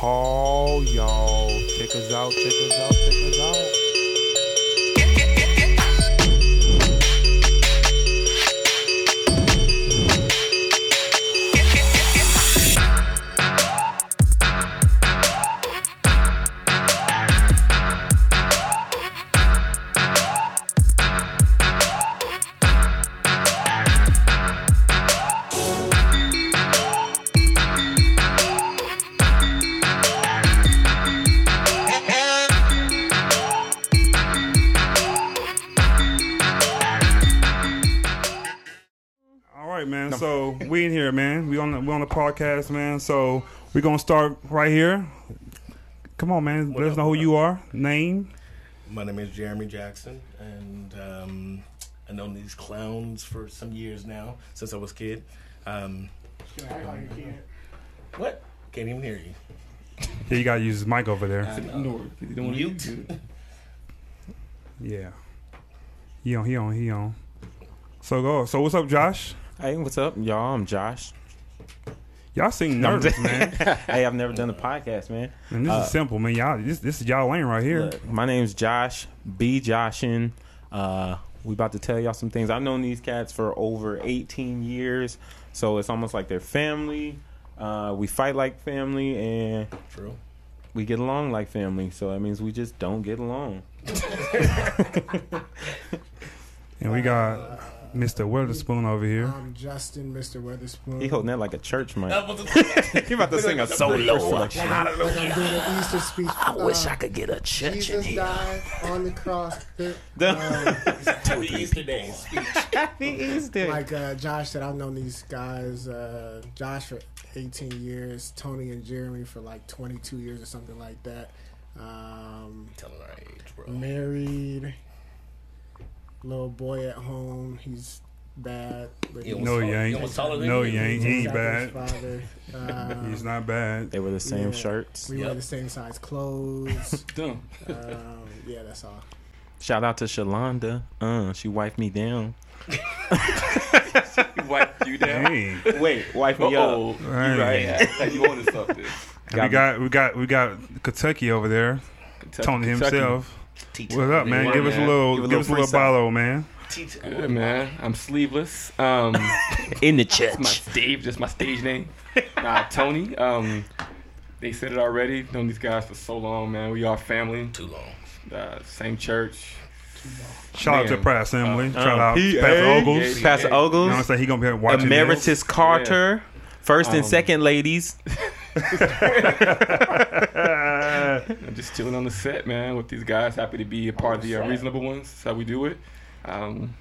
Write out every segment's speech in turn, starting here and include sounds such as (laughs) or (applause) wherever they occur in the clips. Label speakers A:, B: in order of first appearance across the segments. A: call, y'all. Check us out, check us out, check us out. All right, man. So we in here, man. We on the, we on the podcast, man. So we gonna start right here. Come on, man. Let us know who you are. Name.
B: My name is Jeremy Jackson, and um, I've known these clowns for some years now, since I was a kid. Um, what? Can't even hear you.
A: Yeah, you gotta use his mic over there.
C: North. You don't wanna
B: Mute.
C: do it.
A: Yeah. He on. He on. He on. So go. So what's up, Josh?
D: Hey, what's up, y'all? I'm (laughs) Josh.
A: Y'all seem
D: No, I'm
A: nervous,
D: just-
A: man.
D: Hey, I've never done a podcast, man.
A: And this is simple, man. Y'all, this this is y'all lane right here.
D: Look, my name's Josh B. Joshin. Uh, we about to tell y'all some things. I've known these cats for over 18 years, so it's almost like they're family. Uh, we fight like family, and
B: True.
D: we get along like family. So that means we just don't get along.
A: And we got Mr. Weatherspoon over here.
E: I'm Justin, Mr. Weatherspoon.
D: He holding that like a church mic.
B: That was a-
D: (laughs) He about to sing a soul reflection. (laughs)
E: I'm doing an Easter speech. uh,
B: I wish I could get a church in
E: Jesus
B: here.
E: died on the
A: (laughs)
E: cross. Um, Th-
B: (laughs) Two Easter days.
D: Happy Easter.
E: Like uh, Josh said, I've known these guys, uh, Josh for 18 years, Tony and Jeremy for like 22 years or something like that. Um,
B: Telling our age, bro.
E: married, little boy at home. He's bad, but he's
A: No, you
B: It was
A: ain't.
B: taller than
A: No,
B: you.
A: you ain't. He ain't
E: Zach's
A: bad.
E: Father.
A: (laughs)
E: Um,
A: He's not bad.
D: They were the same
E: Yeah.
D: shirts.
E: we wear
B: Yep.
E: the same size clothes.
C: Dumb.
E: um, yeah, that's all.
D: Shout out to Shalonda. Uh, she wiped me down.
C: Wipe you (laughs) down.
D: (laughs)
A: Hey.
D: Wait, wipe me
C: Uh-oh.
D: up.
C: You
A: Right.
C: right. you want to stop this.
A: And we got we got we got Kentucky over there. Tony
C: Kentucky.
A: himself.
B: T-T-
A: What's up, man?
C: Word,
A: Give us a
C: man.
A: little,
D: Give a
A: give,
D: little
A: us a little
D: freestyle.
A: follow, man.
B: T-T-
C: Good, man. I'm sleeveless. Um,
D: in the
C: (laughs) my
D: church.
C: stage, just my stage name. Nah, Tony. Um, they said it already. Known these guys for so long, man. We are family.
B: Too long.
C: Uh, same church.
A: Shout out to
C: Man.
A: Pratt Assembly.
D: Uh-huh.
A: Shout out
D: PA.
A: Pastor Ogles.
C: Yeah.
D: Um, Pastor
A: You know what I'm
D: Ogles,
A: saying? He gonna be watching this. (laughs)
D: Emeritus Carter, first and
C: Um,
D: second ladies.
C: I'm just chilling on the set, man, with these guys. Happy to be a part of the uh, Reasonable Ones. That's how we do it. Um,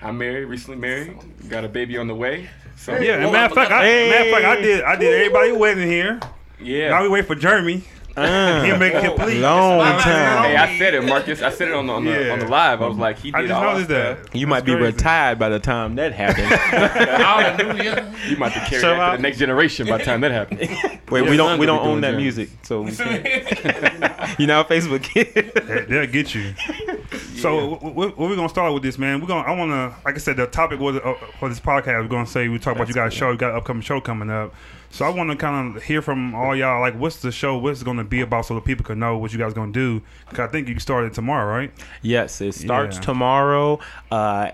C: I'm married, recently married. Got a baby on the way. So
A: Yeah, and matter of fact, I, matter of fact, I did I did everybody wedding here. Now we
C: yeah.
A: wait for Jeremy. He'll
D: Uh,
A: make
D: (laughs)
A: it complete.
D: long
C: Hey,
D: time.
C: I said it, Marcus. I said it on the on the,
A: Yeah.
C: on the live. I was like, he did
A: I just
C: all
A: noticed
C: that.
A: that.
D: You might be
A: crazy.
D: retired by the time that happened.
B: Hallelujah.
C: You might have to carry
D: Shout
C: that to
D: out.
C: the next generation by the time that happened.
D: Wait,
C: Yeah,
D: we don't we
C: I'll
D: don't
C: be doing
D: own that
C: that.
D: music, so we can't. (laughs) you know, how Facebook. is?
A: They- They'll get you. So wh- wh- wh- where we gonna start with this, man? We're gonna I wanna like I said the topic was uh, for this podcast. We're gonna say we talk about you guys' show. You got an upcoming show coming up. So I want to kind of hear from all y'all. Like, what's the show? What's it gonna be about? So the people can know what you guys gonna do. 'Cause I think you started tomorrow, right?
D: yes, it starts
A: Yeah.
D: tomorrow. Uh,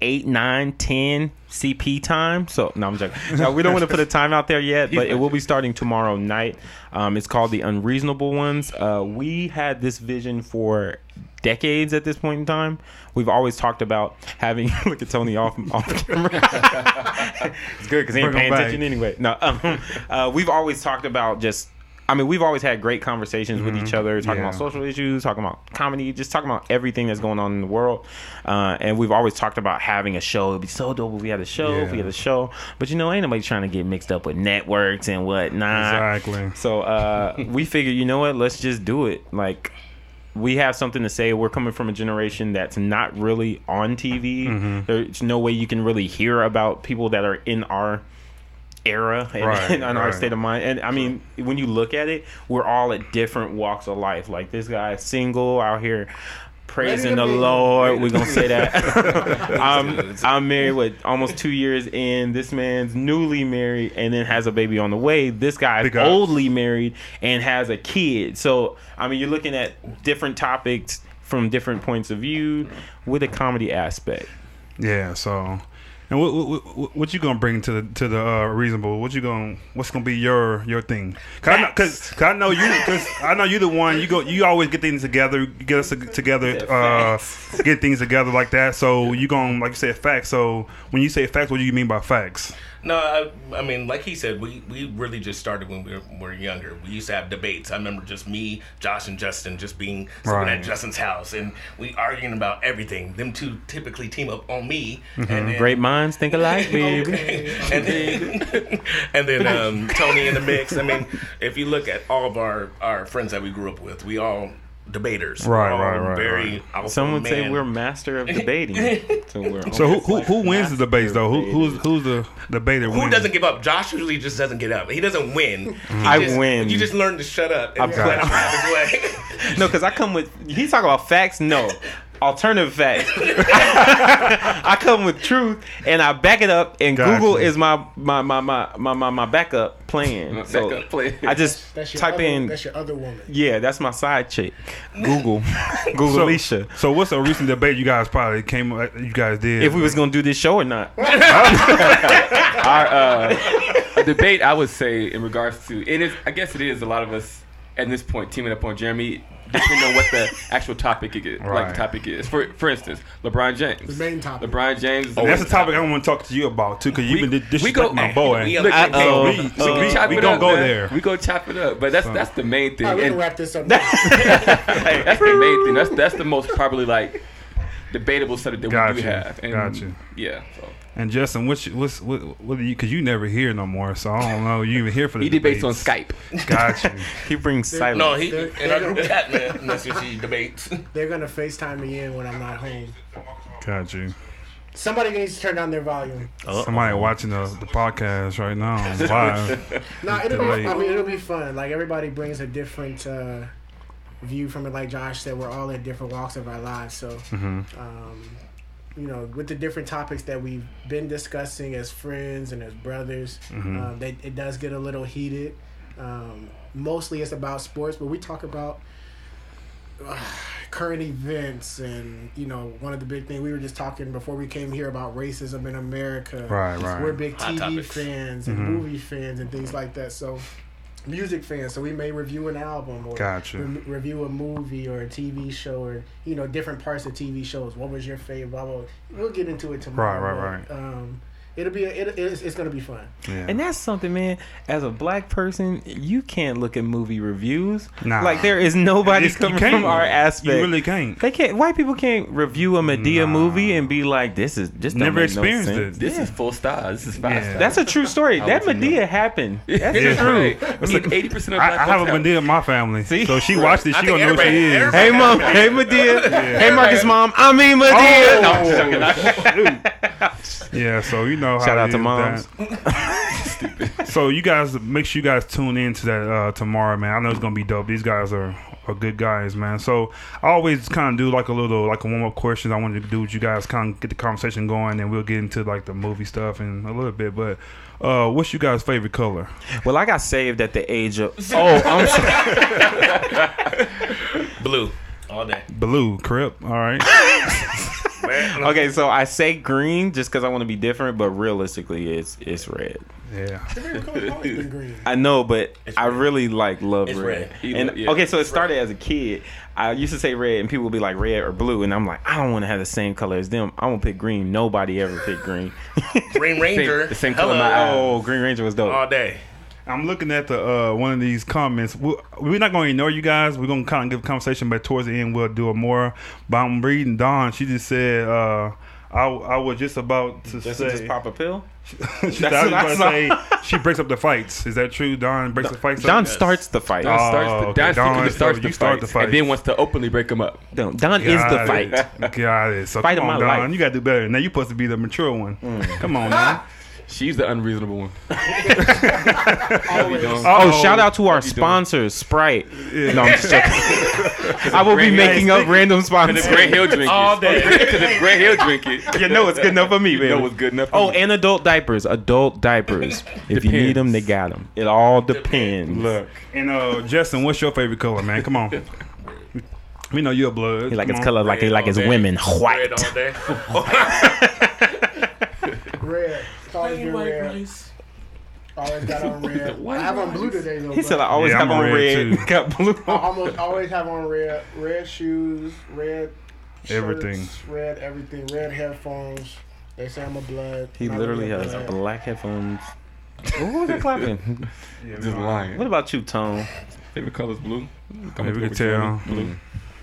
D: 8, 9, 10 CP time. So, no, I'm joking. No, we don't want to
A: (laughs)
D: put a time out there yet, but it will be starting tomorrow night. Um, it's called The Unreasonable Ones. Uh, we had this vision for decades at this point in time. We've always talked about having, (laughs) look at Tony off, off camera. (laughs) it's good because he ain't
A: Bring him
D: paying
A: back.
D: attention anyway. No, (laughs) um, uh, we've always talked about just. I mean, we've always had great conversations with each other,
A: Mm-hmm.
D: talking
A: Yeah.
D: about social issues, talking about comedy, just talking about everything that's going on in the world. Uh, and we've always talked about having a show. It'd be so dope if we had a show, if we
A: Yeah.
D: had a show. But you know, ain't nobody trying to get mixed up with networks and whatnot.
A: Exactly. (laughs)
D: So uh, we figured, you know what? Let's just do it. Like we have something to say. We're coming from a generation that's not really on TV.
A: Mm-hmm.
D: There's no way you can really hear about people that are in our era and, (laughs)
A: Right,
D: and on our
A: right.
D: state of mind. And I mean, when you look at it, we're all at different walks of life. Like this guy is single out here praising the Lord. We're gonna
A: (laughs)
D: say that. I'm I'm married with almost two years in. This man's newly married and then has a baby on the way. This guy is
A: Big ups.
D: oldly married and has a kid. So I mean, you're looking at different topics from different points of view with a comedy aspect.
A: Yeah. So, and what what, what, what you gonna bring to the to the uh, reasonable? What you gonna what's gonna be your your thing? Cause I know, cause, 'cause I know you, cause I know you the one. You go, you always get things together. You get us together, uh, get things together like that. So you gonna like you said facts. So when you say facts, what do you mean by facts?
B: No, I, I mean, like he said, we, we really just started when we were, we were younger. We used to have debates. I remember just me, Josh, and Justin just being sitting
A: Right.
B: at Justin's house and we arguing about everything. Them two typically team up on me.
C: Mm-hmm.
B: And then,
D: Great minds think alike, baby.
B: (laughs) Okay. and then, (laughs) and then um, Tony in the mix. I mean, if you look at all of our, our friends that we grew up with, we all debaters. We're
A: Right,
B: all
A: right, right,
B: Very
A: right.
B: alpha
D: Some would say
B: man.
D: we're master of
B: (laughs)
D: debating. So, we're
A: So who who, who wins the debates though? Who who's who's the debater?
B: Who doesn't give up? Josh usually just doesn't get up. He doesn't win. He
D: Mm-hmm. I
B: just-
D: win.
B: You just learn to shut up and
D: I've
B: just let
D: got
B: him have (laughs) his way.
D: No, because I come with. He's talking about facts. No, alternative facts. (laughs) I come with truth, and I back it up. And
A: Gotcha.
D: Google is my my my my my my, my backup plan.
C: Back
D: so
C: up, play.
D: I just
E: (laughs) That's your
D: type
E: other,
D: in.
E: That's your other woman.
D: yeah, that's my side
E: (laughs)
D: chick. Google, Google
A: So,
D: Alicia.
A: so what's a recent debate you guys probably came you guys did?
D: If we was gonna do this show or not?
C: our uh, a debate I would say in regards to it is I guess it is a lot of us at this point teaming up on Jeremy depending on what the actual topic it is, like
A: Right.
C: the topic is. For for instance, LeBron James.
E: The main topic.
C: LeBron James. is-
A: And that's a topic I want to talk to you about too, because you've
C: We-
A: been di-
C: we go-
A: disrespecting my boy.
B: we-
C: Look,
B: Uh-oh.
C: hey,
A: we-
C: we
A: we-
C: can chop
A: Uh, we
C: it
A: gonna
C: up,
A: go
C: man.
A: there.
C: We go chop it up, but that's that's the main thing.
E: All right, we're
C: And-
E: gonna wrap
D: (laughs)
E: this up.
C: Hey, that's the main thing. That's that's the most probably like debatable subject that we
A: Gotcha.
C: do have. And,
A: Gotcha.
C: Yeah. So.
A: And Justin, what's what's what, what do you? Because you never here no more, so I don't know. You even here for the
C: He debates on Skype.
A: Got you.
D: He brings silence.
B: no, he
E: They're-
B: in our group
D: (laughs)
B: chat, man. Unless you see debates.
E: They're gonna Facetime me in when I'm not home.
A: Got you.
E: Somebody needs to turn down their volume.
A: Somebody watching the, the podcast right now live.
E: No, it'll
A: Right.
E: be, I mean, it'll be fun. Like everybody brings a different uh, view from it. Like Josh said, we're all in different walks of our lives. So,
A: Mm-hmm.
E: um, you know, with the different topics that we've been discussing as friends and as brothers,
A: Mm-hmm.
E: um, that it does get a little heated. Um, mostly, it's about sports, but we talk about uh, current events and you know one of the big things we were just talking before we came here about racism in america
A: Right, right.
E: we're big
B: Hot
E: tv
B: topics.
E: fans and
A: Mm-hmm.
E: movie fans and things like that so music fans so we may review an album or
A: Gotcha.
E: re- review a movie or a tv show or you know different parts of tv shows what was your favorite blah blah we'll get into it tomorrow
A: right,
E: but, um it'll be a, it, it's, it's gonna
B: (laughs)
E: be fun
A: Yeah.
D: And that's something, man. As a black person, you can't look at movie reviews.
A: Nah.
D: Like there is nobody
A: It's- you
D: coming
A: can't.
D: from our aspect.
A: You really can't.
D: They can't. White people can't review a Medea
A: Nah.
D: movie and be like, "This is just don't
A: Never
D: make no
A: experienced
D: sense."
A: it.
C: This
D: Yeah.
C: is full stars. This is five
A: Yeah.
C: stars.
D: That's a true story. that
C: wouldn't
D: Medea happened. That's
A: Yeah.
D: true.
C: That's like eighty percent of
A: I,
C: black
A: I have a
C: folks
A: Medea in my family,
D: See?
A: so she watched it.
B: I
A: She
B: think
A: gonna know who she
B: everybody-
A: is.
B: everybody-
D: Hey (laughs) mom, hey Medea, hey Marcus mom, I mean Medea. No, I'm just joking.
A: Yeah, so you know.
D: Shout
A: how
D: out
A: it
D: to
A: is
D: moms.
A: that- (laughs) So you guys, make sure you guys tune in to that uh, tomorrow, man. I know it's gonna be dope. These guys are, are good guys, man. So I always kind of do like a little like a warm up question. I wanted to do with you guys, kind of get the conversation going, and we'll get into like the movie stuff in a little bit. But uh, what's you guys' favorite color?
D: Well, I got saved at the age of. Oh, (laughs) I'm sorry.
B: Blue all day.
A: Blue, crip. All right.
B: Man,
D: Okay, so I say green just because I want to be different, but realistically, it's it's red.
A: Yeah.
E: Been green
D: I know, but I really like love
B: It's
D: red.
C: red.
D: And
C: Yeah.
D: okay, so it started as a kid. I used to say red, and people would be like red or blue, and I'm like, I don't want to have the same color as them. I'm gonna pick green. Nobody ever picked green. (laughs)
B: Green Ranger.
C: the same color
B: hello,
C: my eye.
D: oh, Green Ranger was dope.
B: all day.
A: I'm looking at the uh, one of these comments. We're, we're not going to ignore you guys. We're going to kind of give conversation, but towards the end, we'll do a more. But I'm reading Dawn. She just said, uh, I, I was just about to
D: Does
A: say.
D: it
A: (laughs)
D: just pop a pill?
A: She-
D: That's
A: I was
D: what I
A: gonna
D: saw.
A: say she breaks up the fights. Is that true? Dawn breaks the fights.
D: Don
A: up?
D: starts the fight.
A: Oh,
C: starts the,
A: okay.
C: Don
A: Don,
C: secretly
A: so
C: starts
A: you
C: the
A: start the
C: fights
A: fights.
C: and then wants to openly break them up.
D: Don, Don is
A: Got
D: the
A: it. (laughs)
D: fight.
A: Got it. So
D: Fight
A: come
D: of
A: on,
D: my
A: Don.
D: life. Mm. (laughs)
A: You got to do better. Now you're supposed to be the mature one. Come on, man.
C: She's the unreasonable one.
E: Always.
C: Don't-
D: Oh,
A: Uh-oh.
D: shout out to our
C: doing?
D: sponsors, Sprite. No, I'm just joking. I will be
C: Great
D: making up random
C: Because
D: sponsors.
C: if Grant Hill drink it.
B: All day.
C: Because if Grant Hill drink
D: (laughs)
C: it.
D: You know it's good enough for me,
C: You
D: baby.
C: know it's good enough. for
D: Oh,
C: me.
D: and adult diapers. Adult diapers. if you need
C: Depends.
D: them, they got them. It all depends.
C: look.
A: And uh, Justin, what's your favorite color, man? Come
D: (laughs)
A: on. We know you're a blood.
D: He like
A: Come
D: it's
A: on.
D: color like it
B: Red
D: like
B: all
D: it's
B: day.
D: women
B: Red
D: white.
B: all day.
D: (laughs)
B: (laughs)
E: Red. It's always been red. Always
B: (laughs)
E: got on red. I have on blue today though.
D: He
E: bro.
D: said I always
A: Yeah,
D: have
A: I'm
D: on
A: red,
D: red,
A: too.
D: (laughs) got blue.
E: I
D: on.
E: almost always have on red red shoes, red shirts,
A: Everything.
E: red everything, red headphones. They say I'm a blood.
D: He
E: Not
D: literally
E: really a
D: has
E: blood.
D: black headphones. Who was that clapping?
C: Just lying.
D: what about you, Tone?
C: Favorite color is blue.
A: Yeah, we can tell.
C: Blue.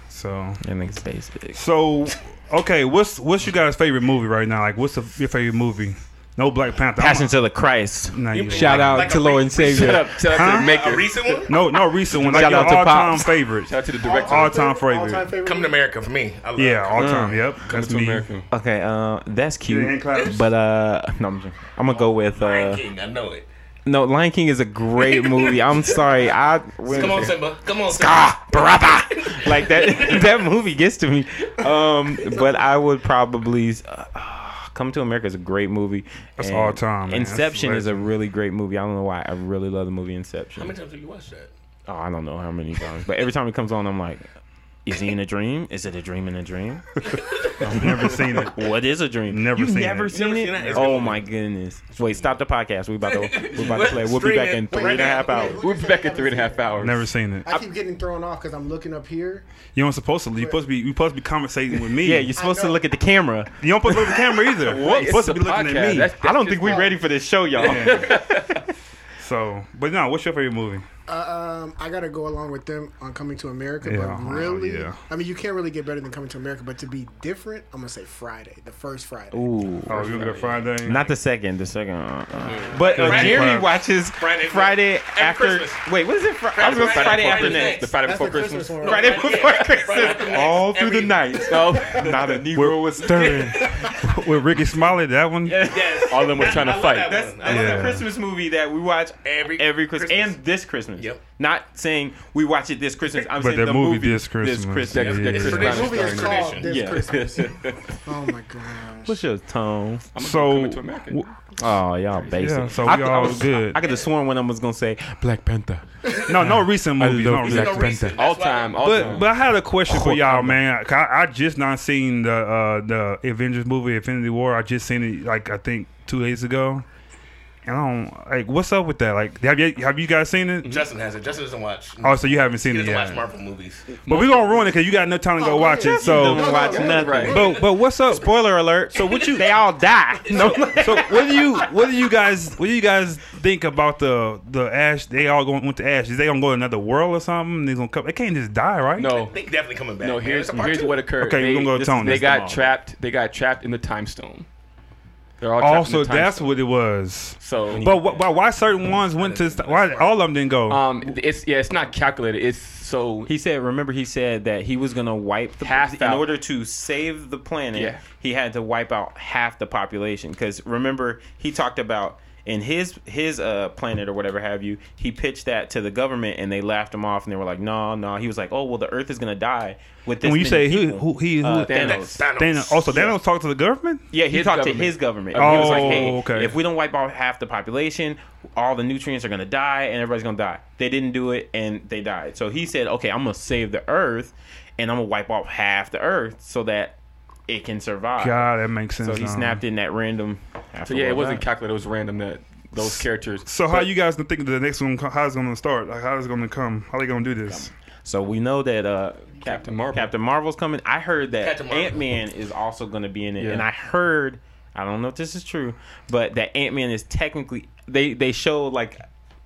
A: So,
D: That nigga's basic.
A: so okay. What's what's your guys' favorite movie right now? Like, what's the, your favorite movie? No Black Panther. I'm-
D: Passion to the Christ.
A: No, you-
D: Shout out
B: Like
D: to
B: a
D: Lord
B: re-
D: and Savior.
C: Shut up. Shout out to
A: Huh?
C: the maker.
B: A recent one?
A: No, no, recent one. Like
D: Shout
A: your
D: out to
A: all-time
D: Pops.
A: favorite.
C: Shout out to the director.
A: All-time
E: All time
A: favorite.
E: favorite.
B: Come to America for me. I love
A: Yeah,
B: Come
A: all-time. Yep,
C: Coming
A: that's
C: to
A: me.
C: America.
D: Okay, uh, that's
A: Yeah,
D: cute.
A: hand claps.
D: But uh, no, I'm, joking. I'm gonna go with
B: Lion
D: uh,
B: King. I know
A: (laughs)
B: it.
D: no. Lion King is a great movie. I'm sorry,
B: (laughs)
D: I
B: Come on, Simba. Come on, Simba.
D: ah, Barappa. like that (laughs) that movie gets to me. Um, but I would probably uh, ah, Come to America is a great movie. That's
A: all time, man. That's
D: Inception is a really great movie. I don't know why. I really love the movie Inception.
B: How many times have you watched that?
D: oh, I don't know how many times, but every time it comes on, I'm like, is he in a dream? Is it a dream in a dream?
A: I've never seen it.
D: What is a dream?
A: Never
D: You've
A: seen
D: never
A: it.
D: seen
B: Never
D: it.
B: seen that? It's
D: Oh
B: good.
D: my goodness! Wait, stop the podcast. We about to we about to play. We'll be
B: Stream
D: back
B: it.
D: in three
B: Wait,
D: and a half
E: wait,
D: hours.
E: wait.
C: We're back in three and a half hours.
A: Never seen it.
E: I keep getting thrown off because I'm looking up here.
A: You don't supposed to. You supposed to be. You supposed to be conversating with me.
D: Yeah, you're supposed to
E: know.
D: look at the camera.
A: You don't supposed to look at the camera either.
C: Wait,
A: You're
C: it's
A: supposed to
C: a
A: be looking
C: podcast.
A: at me.
C: That's-
D: I don't
C: that's
D: think we're
E: wild.
D: ready for this show, y'all.
A: Yeah. so, but no, what's your favorite movie?
E: Uh, um, I gotta go along with them on Coming to America,
A: Yeah, oh,
E: but really,
A: yeah.
E: I mean, you can't really get better than Coming to America. But to be different, I'm gonna say Friday, the first Friday.
D: (laughs) Ooh.
A: Oh, you gonna go Friday?
D: Not the second, the second. Uh, uh. But uh,
A: Friday.
D: Jerry
A: Friday.
D: watches Friday,
B: Friday. Every
D: after.
B: Christmas.
D: Wait, what is it? Fri- I was going to say Friday
B: Friday
D: after
B: before
D: next.
C: The Friday
E: That's
C: before
E: the Christmas,
C: Christmas.
E: one. right?
D: Friday before Christmas.
B: after next.
D: All through the
B: Every-
D: night. So,
B: (laughs)
D: not a Negro was stirring.
A: (laughs) with Ricky Smiley. That one.
B: Yes.
C: All of them were trying to
B: love
C: fight.
B: that
D: That's,
B: one.
D: that's
A: Yeah.
D: a Christmas movie that we watch every
B: Every
D: every Christmas,
B: Christmas.
D: and this Christmas.
B: Yep.
D: Not saying we watch it this Christmas. I'm
A: But
D: saying
A: the
D: the
A: movie
D: movie,
A: this Christmas.
C: That,
A: Yeah.
C: that
A: It's
C: Christmas
B: tradition.
E: The
C: time is
E: movie is
C: starting.
E: called This
C: (laughs)
D: Yeah.
E: Christmas. Oh my gosh.
D: What's your tone?
C: I'm gonna go
A: So,
C: coming to America.
A: w-
D: Oh, y'all basic.
A: Yeah, so
D: I,
A: we
D: thought- I
A: all
D: was-
A: good.
D: I could have sworn one of them was gonna say Black Panther.
A: no, no recent movies.
D: love
A: No recent.
D: Black
B: No reason.
C: all
B: That's why-
C: time, all
A: But
C: time.
A: but I had a question for
D: Hot
A: y'all,
D: Amber.
A: man. 'Cause I, I just not seen the uh, the Avengers movie, Infinity War. I just seen it like I think two days ago. And I don't like what's up with that. Like, have you have you guys seen it?
B: Justin has it. Justin doesn't watch.
A: Oh, so you haven't seen
B: he
A: it
B: doesn't
A: yet.
B: watch Marvel movies.
A: But we gonna ruin it because you got enough time to go
E: Oh,
A: watch
E: yeah.
A: it. So,
D: Don't watch nothing.
C: Right.
A: but but what's up?
D: Spoiler alert. So what you? (laughs) They all die. No.
A: So what do you what do you guys what do you guys think about the the Ash? They all going went to Ash. Is they gonna go to another world or something? They gonna come? They can't just die, right?
C: No,
B: They definitely coming back.
C: no.
B: man.
C: Here's
B: It's a part
C: here's
B: two.
C: what occurred.
A: Okay, we're
C: They-
A: gonna go to
C: this-
A: Tony.
C: They
A: That's
C: got
D: tomorrow.
C: trapped. They got trapped in the time stone. They're all trapped in
A: Also,
C: the time
A: that's
C: stone.
A: what it was.
C: So,
A: But wh- why, why certain ones went to? st- Why all of them didn't go?
C: um, it's yeah, it's not calculated. It's so
D: He said. Remember, he said that he was gonna wipe the
C: Half
D: in
C: out.
D: order to save the planet.
C: Yeah.
D: He had to wipe out half the population because remember he talked about in his his uh planet or whatever have you. He pitched that to the government and they laughed him off and they were like, no, no. He was like, oh well, the Earth is gonna die with this.
A: when you
D: many
A: say who,
D: people."
A: who he who
D: Uh,
C: Thanos.
D: Thanos.
A: Thanos. Also, Thanos talked to the government.
D: Yeah, he
C: His
D: talked to
C: government.
D: his government.
C: Oh,
D: he was like, hey,
A: okay.
D: if we don't wipe out half the population, all the nutrients are going to die and everybody's going to die. They didn't do it and they died. So he said, okay, I'm going to save the earth and I'm going to wipe off half the earth so that it can survive.
A: God, that makes sense.
D: So he
A: now.
D: snapped in that random. After
C: so yeah, it
D: World
C: wasn't
D: Cup.
C: calculated. It was random that those characters.
A: So how you guys think the next one? co- How's it gonna start? Like how's it gonna come? How they gonna do this?
D: So we know that uh, Cap-
C: Captain Marvel.
D: Captain Marvel's coming. I heard that
B: Captain Marvel.
D: Ant Man is also going to be in it,
C: Yeah.
D: and I heard I don't know if this is true, but that Ant Man is technically they they show like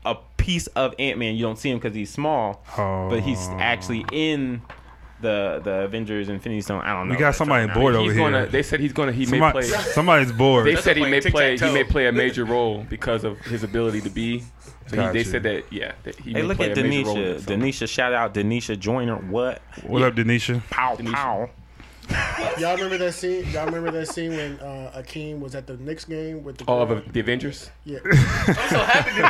D: a piece of Ant Man. You don't see him because he's small,
A: Oh.
D: but he's actually in the the Avengers Infinity Stone. I don't
A: We
D: know.
A: got
D: if that's
A: somebody
D: true or
A: bored
D: not.
A: over
C: He's
A: here.
C: gonna. They said he's gonna. He may
A: Somebody-
C: play.
A: (laughs) somebody's bored.
C: They said he
B: play
C: may play. He
B: tic-tac-toe.
C: may play a major role because of his ability to be. So he,
A: Gotcha.
C: they said that. Yeah. That he
D: Hey,
C: may
D: look
C: play
D: at
C: a major role in
D: Denisha.
C: it, so.
D: Denisha, shout out Denisha Joyner. What?
A: what up, Denisha?
D: Pow pow.
E: Y'all remember that scene? Y'all remember that scene when uh, Akeem was at the Knicks game with the
C: All
E: girl?
C: of Oh, the Avengers.
E: Yeah.
B: I'm so happy to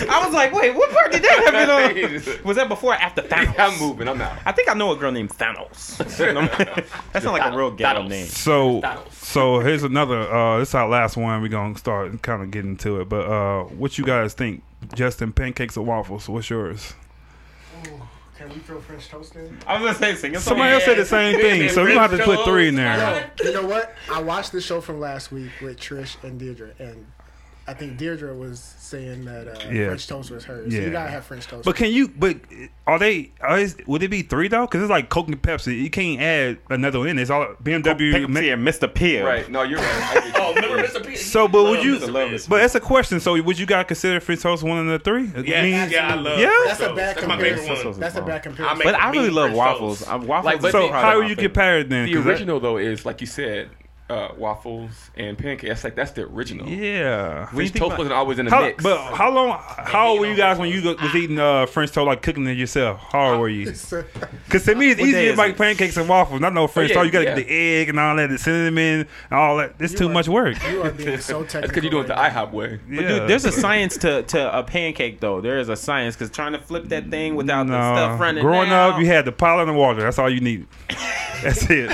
A: (laughs)
B: here.
D: I was like, wait, what part did that happen on? (laughs) Was that before or
C: (laughs)
D: after Thanos?
C: I'm moving. I'm out.
D: I think I know a girl named Thanos. that sounds like a real ghetto
C: Thanos.
D: name.
A: So, so here's another. Uh, this is our last one. We're gonna start kind of getting to it. But uh, what you guys think, Justin? Pancakes or waffles? What's yours?
E: Can we throw French toast in?
D: I was gonna say, sing a song.
A: Somebody else said the same thing, so we're gonna have to put three in there.
E: You know what? I watched the show from last week with Trish and Deirdre, and I think Deirdre was saying that uh,
A: Yeah.
E: French toast was hers. So
A: Yeah.
E: you gotta have French toast.
A: But can you? But are they? Are is, would it be three though? Because it's like Coke and Pepsi. You can't add another one in. It's all BMW.
D: Pick
A: ma-
D: here, Mr. Pill.
C: Right. No, you're right.
B: (laughs) Oh, remember Mr. P?
A: So, but would you?
B: Love Mr.
D: love
B: P.
D: Mr.
A: But that's a question. So, would you guys consider French toast one of the three? I mean,
B: Yeah, yeah, I love.
A: Yeah?
E: That's a
B: French
E: bad
B: toast. That's my favorite
E: comparison.
B: one.
D: one.
E: That's a bad
B: I
E: comparison.
B: make
D: But I really
B: mean
D: love
B: French
D: waffles.
B: toast.
D: Uh, waffles
C: Like,
D: is
C: but
A: So,
D: probably
A: how
D: my
A: you
D: favorite.
A: get paired then?
C: The
A: 'Cause that-
C: original though is like you said, uh, waffles and pancakes. That's like that's the original.
A: Yeah.
D: you
C: French
D: think
C: toast
D: about-
C: wasn't always in the
A: How,
C: mix.
A: but how long? How old were you guys when you was eating uh, French toast, like cooking it yourself? How old were
E: (laughs)
A: you? Because to me, it's
D: What day
A: easy to
D: is
A: make
D: it?
A: pancakes and waffles. Not no French
C: yeah,
A: toast. You gotta
C: yeah.
A: get the egg and all that, the cinnamon and all that. It's too
E: are-
A: much work.
E: (laughs) you are being so technical.
C: that's because you do it the
E: right now.
C: IHOP way.
A: Yeah.
D: But dude, there's a science to, to a pancake though. There is a science because trying to flip that thing without the
A: no.
D: stuff running.
A: Growing
D: down,
A: up, you had the pile and the water. That's all you need. (laughs) That's
D: (laughs)
A: it.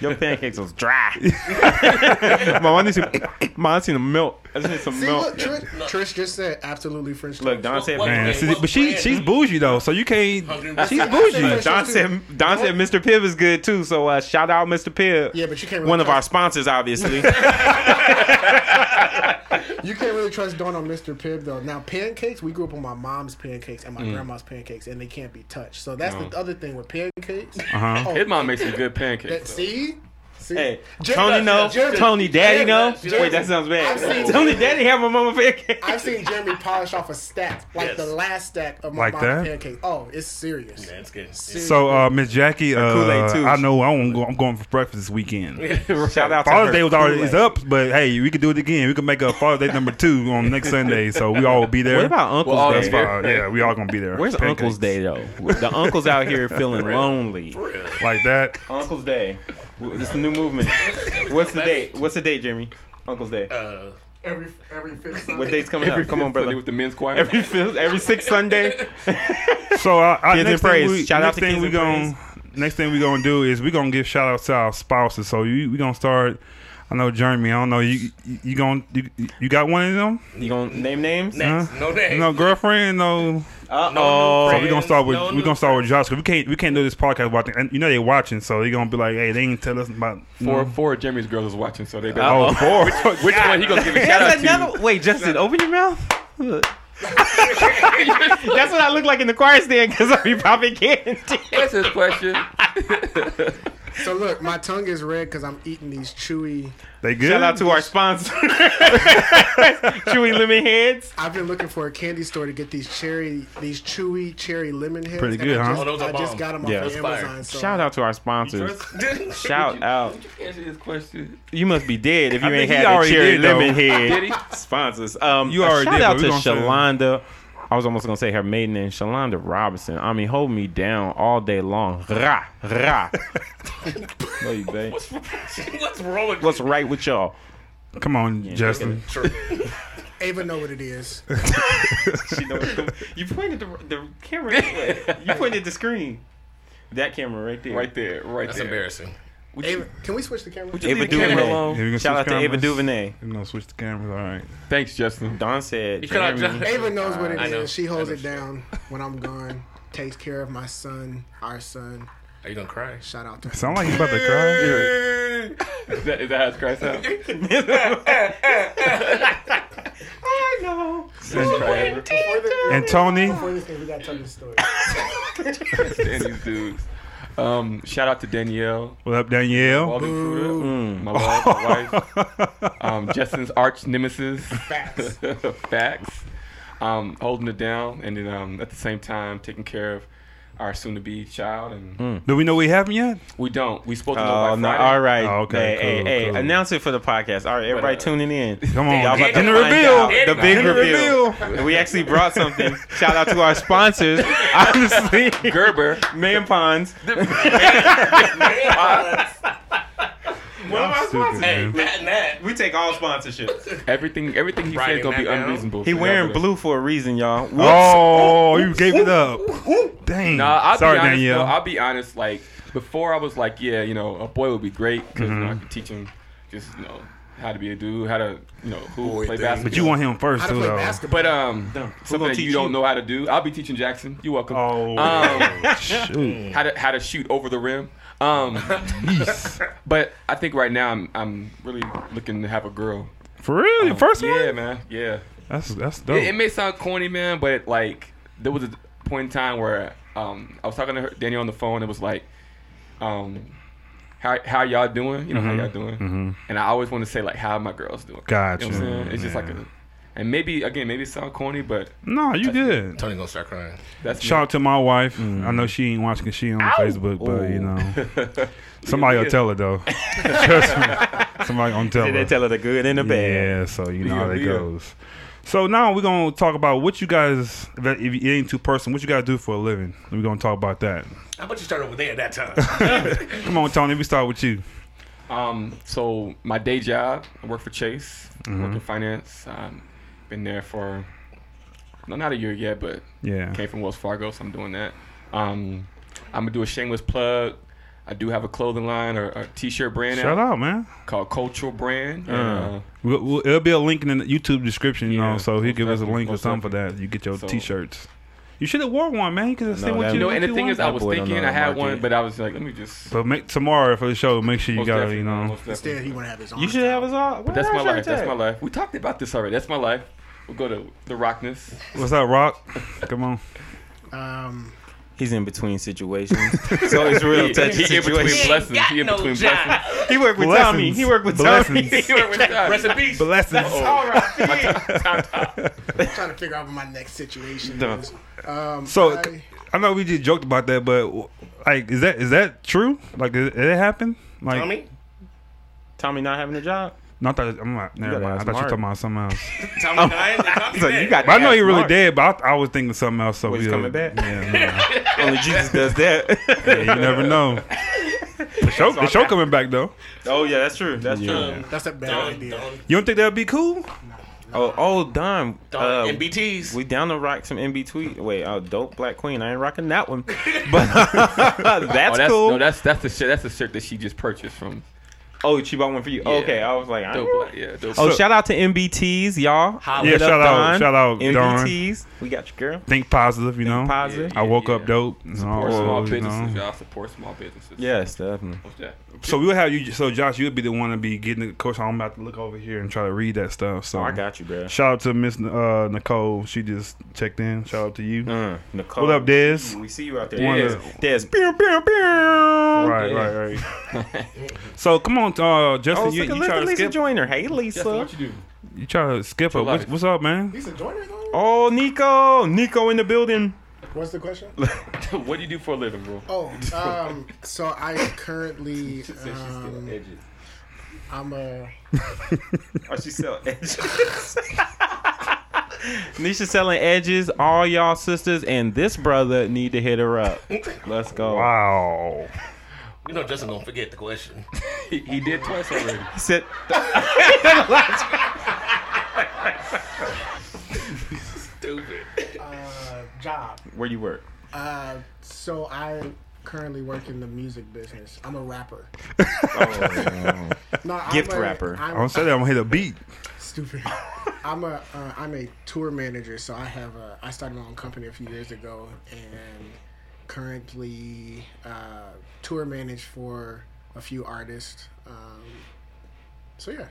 D: your pancakes was (laughs) dry. Mom, I need some. Mom, I need some milk. I just need some
E: See,
D: milk.
E: look, Trish, Trish just said absolutely French toast.
D: Look, Don said,
B: What-
A: Man,
B: what-
A: see, but she
B: brand-
A: she's bougie though, so you can't.
B: Hungry-
A: She's
D: Uh,
A: bougie.
D: Don said, Don said Mr. Pibb is good too. So uh, shout out Mr. Pibb.
E: Yeah, but you can't really
D: One of our
E: trust,
D: sponsors,
E: (laughs)
D: obviously.
E: you can't really trust Dawn on Mr. Pibb though. Now pancakes, we grew up on my mom's pancakes and my
A: Mm.
E: grandma's pancakes, and they can't be touched. So that's the other thing with pancakes.
A: Uh-huh.
E: Oh,
C: His mom makes some good pancakes.
E: that, see, see,
D: hey,
E: Jer-
D: Tony no,
E: Jeremy-
D: Tony Daddy no.
B: Jeremy-
D: Wait, that sounds bad.
E: I've
D: (laughs)
E: seen-
D: Tony Daddy have my mama pancake.
E: I've seen Jeremy polish off a stack, like
B: Yes.
E: the last stack of my
A: Like
E: mom's
A: that?
E: pancake. Oh, it's serious.
B: That's good.
A: So uh, Miss Jackie, uh,
D: Kool-Aid, too.
A: I know I won't go, I'm going for breakfast this weekend.
D: Shout out to
A: Father's
D: her.
A: Day was already is
D: Kool-Aid.
A: up, but hey, we could do it again. We could make a Father's Day number two on next Sunday, so we all will be there.
D: What about Uncle's
C: all
D: Day?
A: That's fine. Yeah, we all gonna be there.
D: Where's
A: Pancakes.
D: Uncle's Day though? The uncles out here
E: (laughs)
D: feeling lonely.
A: Like that.
D: Uncle's Day. It's a new
E: (laughs)
D: movement. What's the date? What's the date, Jeremy? Uncle's Day.
B: Uh,
E: Every every fifth Sunday.
D: What date's coming up? Come on,
C: Sunday
D: brother.
C: With the men's choir.
D: Every fifth, every sixth
E: (laughs)
D: Sunday.
A: So I, I,
D: Kids in
A: next thing
D: Praise.
A: we,
D: Shout out
A: next
D: to
A: thing
D: Kids
A: we
D: in
A: gonna next thing we gonna do is we gonna give shout outs to our spouses. So you we gonna start. I know Jeremy. I don't know you. You, you gonna you, you got one of them?
D: You gonna name names?
B: next, no name.
A: No girlfriend. No.
D: Uh
A: So
B: no
D: oh.
A: we gonna start with
B: No,
A: we
B: no. (laughs)
A: gonna start with Josh 'cause we can't we can't do this podcast about and you know they watching. So they gonna be like, hey, they ain't tell us about.
C: Four, four of Jimmy's girls is watching, so they better.
A: (laughs) Oh, four.
C: (laughs) Which one he gonna
D: (laughs)
C: give a shout out
D: That's
C: to?
D: another. Wait, Justin, open your mouth. (laughs) That's what I look like in the choir stand because I be popping candy.
C: That's his question.
E: So look, my tongue is red because I'm eating these chewy.
A: They good.
D: Shout out to our sponsor, (laughs) Chewy Lemon Heads.
E: I've been looking for a candy store to get these cherry, these chewy cherry lemon heads.
A: Pretty
E: and
A: good,
E: I
A: huh?
E: Just,
B: Oh, those are
E: I just
B: bomb.
E: got them off
D: Yeah.
E: of
D: Those
B: fire.
E: Amazon. So
D: Shout out to our sponsors. Shout out.
C: Answer his question.
D: You must be dead if you
A: think
D: ain't
A: he
D: had a
A: already
D: cherry
A: did, though.
D: lemon head.
C: Did he?
D: Sponsors. Um,
A: You
D: a
A: already
D: shout
A: did,
D: out
A: but
D: to
A: we gonna say-
D: Shalonda. I was almost gonna say her maiden name, Shalonda Robinson. I mean, hold me down all day long. Rah, rah. no, you babe.
B: (laughs) What's wrong
D: (laughs)
B: with
D: What's right with y'all?
A: Come on, Justin.
E: Ava know what it is.
D: You, know, you pointed the, the camera. (laughs) You pointed the screen. That camera right there.
C: Right there, right
B: That's
C: there.
B: embarrassing.
E: Ava, can we switch the camera?
D: Ava
C: Leave the camera
D: DuVernay.
C: alone.
A: Yeah, we gonna
D: Shout
A: switch
D: out to Ava
A: cameras.
D: DuVernay.
A: We're gonna switch the cameras. All right.
C: Thanks, Justin.
D: Don said.
B: You cannot
D: Jeremy-
B: judge-
E: Ava knows what it
B: I
E: is.
B: know.
E: She
B: I
E: holds
B: know
E: it
B: she-
E: down when I'm gone. Takes care of my son, our son.
B: Are you gonna cry?
E: Shout out to her.
A: Sound like you about to cry.
C: (laughs) Is that, is that how it cries out?
D: I know.
C: Cry out.
E: Before the-
A: And Tony.
E: before this thing, we gotta tell this story.
A: (laughs)
C: And these dudes. Um, shout out to Danielle,
A: What up, Danielle?
C: Walden Kruger,
D: Mm.
C: my wife, my wife.
A: (laughs)
C: Um, Justin's arch nemesis, (laughs)
E: Facts.
C: Facts. Um, holding it down, and then um, at the same time taking care of our soon-to-be child, and
A: Do we know we have him yet?
C: we don't. We spoke to
D: Mm.
C: know
D: Oh,
C: by
D: no,
C: Friday.
D: all right.
A: Oh, okay,
D: Hey, hey,
A: cool,
D: hey,
A: cool.
D: announce it for the podcast. All right, everybody
C: uh,
D: tuning
C: (laughs)
D: in.
A: Come on.
D: Y'all about to
B: Hidden
D: find
A: reveal.
D: out the
B: Hidden
D: big
A: reveal. (laughs)
D: reveal. And we actually brought something. (laughs) Shout out to our sponsors, (laughs) honestly,
C: Gerber.
D: Man Ponds.
A: Y'all stupid,
B: Hey,
A: man.
B: that and that.
D: We take all sponsorships.
C: Everything, everything he
B: Writing
C: said gonna be
B: that down.
C: unreasonable.
D: He
C: So y'all
D: wearing
C: better-
D: blue for a reason, y'all. Whoops.
A: Oh, you gave it up. Dang.
C: Nah, I'll
A: Sorry,
C: be honest,
A: Danielle.
C: though, I'll be honest. Like before, I was like, yeah, you know, a boy would be great because you know, I
A: Mm-hmm.
C: could teach him just you know how to be a dude, how to you know who
B: Boy
C: play
B: thing.
C: basketball.
A: but you want him first,
E: How to
A: too,
E: play
A: though.
E: basketball.
C: But um, something
D: gonna
C: that you
D: teach you?
C: don't know how to do. I'll be teaching Jackson. You're welcome.
A: Oh,
C: Um,
A: shoot.
C: (laughs) how to how to shoot over the rim. Um,
A: Yeesh.
C: (laughs) but I think right now I'm I'm really looking to have a girl.
A: For real? Your first one?
C: Yeah, man. Yeah.
A: That's, that's dope.
C: It, it may sound corny, man, but like there was a point in time where um, I was talking to her, Danielle on the phone. It was like, um, how how y'all doing? You know how y'all doing? And I always want to say like, how my girls doing?
A: Gotcha,
C: You know what I'm saying? It's just like
A: man.
C: a, and maybe again, maybe it sound corny, but
A: no, you did.
B: Tony gonna start crying.
C: that's me.
A: Shout out to my wife. I
C: Mm.
A: know she ain't watching 'cause she on Facebook, but you know,
C: (laughs)
A: somebody will tell her though. Trust me, somebody gonna tell
D: They
A: her.
D: tell her the good and the bad.
A: Yeah, so you know how that
C: Leah, Leah.
A: goes. So now we're gonna talk about what you guys. If that- if it ain't too personal, what you guys do for a living? We're gonna talk about that.
B: How about you start over there at that time? (laughs)
A: Come on, Tony. We start with you.
C: Um, so my day job, I work for Chase, I work in finance. Um, been there for no, not a year yet, but
A: Yeah.
C: (laughs) came from Wells Fargo, so I'm doing that. Um, I'm gonna do a shameless plug. I do have a clothing line or a t-shirt brand
A: Shout
C: out
A: out, man.
C: called Cultural Brand.
A: Uh,
C: And,
A: we'll, we'll- it'll be a link in the YouTube description, you know.
C: Yeah,
A: So he'll
C: most
A: give us a
C: definitely,
A: link or
C: most
A: something for that. You get your
C: So-
A: t-shirts. You should have wore one, man. Because
D: No,
A: what
D: that-
A: you
C: you know,
A: what
C: and the
A: you
C: thing
A: want.
C: is, I was
D: boy don't
C: thinking
D: know
C: I
D: the
C: had one,
D: market.
C: but I was like, let me just.
A: But make tomorrow for the show. Make sure you
C: Most
A: gotta,
C: definitely,
A: you know.
C: most
E: Instead,
C: definitely.
E: he want to have his own.
D: You should have us all.
C: But that's my life. That's my life. We talked about this already. That's my life. We'll go to the Rockness.
A: What's up, Rock? Come on.
E: Um,
D: He's in between situations, (laughs) so it's real touchy
C: He in between
D: situation.
C: blessings. He in between blessings.
D: He worked with
A: Blessings.
D: Tommy. He worked with
A: Blessings.
D: Tommy.
C: He worked with God.
B: Rest in peace.
A: Blessings.
E: I'm trying to figure out what my next situation
D: No.
E: is. Um,
A: So
E: I,
A: I know we just joked about that, but like, is that is that true? Like, did did it happen? Like,
B: Tommy,
D: (laughs) Tommy not having a job.
A: not that I'm not. Never
D: gotta
A: mind. I
D: ask
A: thought you were
D: Mark.
A: talking about something else.
D: (laughs)
B: Tommy (laughs) dying. Tommy
D: So
B: dead.
D: you got.
A: But I know
D: ask
A: he really
D: Mark.
A: did. But I, I was thinking something else. So
D: Well, he's
A: we
D: coming back.
A: Yeah,
D: Only Jesus does that.
A: no. you never know. The show, the show coming back though.
D: (laughs) oh yeah, that's true. That's true.
E: that's a bad
B: Don,
E: idea.
B: Don,
A: You don't think that'd be cool?
D: Oh, oh, Dom.
B: Don,
D: uh,
B: MBTs.
D: we down to rock some MB tweet. Wait, oh, dope black queen. I ain't rocking that (laughs) one, but that's,
C: oh, that's,
D: cool.
C: No, that's that's the shirt. That's the shirt that she just purchased from.
D: oh, she bought one for you. Okay, I was like, I
C: Dope
D: ain't-
C: Black. Yeah, Dope
D: Oh,
C: Black.
D: shout out to MBTs, y'all.
B: Holla.
A: Yeah,
D: Hit up
A: shout out-
D: Don.
A: shout out, Don.
D: MBTs. We got your girl.
A: Think positive. You know.
D: Positive.
A: I woke
C: Yeah.
A: up dope. and
C: Support
A: all
C: small
A: those, oh, you know.
C: businesses, y'all. Support small businesses.
D: Yes, definitely.
C: What's that?
A: So we'll have you. So Josh, you'll be the one to be getting the coach. I'm about to look over here and try to read that stuff. So
D: Oh, I got you, bro.
A: Shout out to Miss uh, Nicole. She just checked in. Shout out to you.
D: Uh, Nicole.
A: What up, Dez?
D: We see you out there.
A: One
D: Dez. Oh,
A: of-
D: Dez. Pew, pew, pew.
A: Right,
D: Yeah.
A: right, right.
D: (laughs)
A: so come on, uh, Justin.
D: Oh,
A: you,
D: look at
A: you try
D: Lisa,
A: to
D: Lisa
A: skip.
D: Joyner. Hey, Lisa.
C: Justin, what you do?
A: you try to skip her. What,
C: life.
A: what's up, man?
E: Lisa Joyner's on?
D: Oh, Nico. Nico in the building.
E: What's the
A: (laughs)
E: question?
C: (laughs) what do you do for a living, bro?
E: Oh, um, so I currently, um, I'm a,
D: Oh, she's selling edges. (laughs) Nisha selling edges. All y'all sisters and this brother need to hit her up. Let's go.
A: Wow.
B: You know Justin gonna forget the question.
C: (laughs)
B: (laughs)
C: He, he did twice
D: (laughs)
C: already.
D: Sit.
B: Stupid.
E: uh, job.
D: Where you work?
E: Uh, so I currently work in the music business. I'm a rapper.
D: Oh,
E: No,
D: Gift
E: I'm a,
D: rapper.
A: I
E: I'm
A: don't say that. I'm gonna hit a beat.
E: stupid. I'm a uh, I'm a tour manager, so I have a I started my own company a few years ago, and currently uh, tour manage for a few artists. Um, so yeah,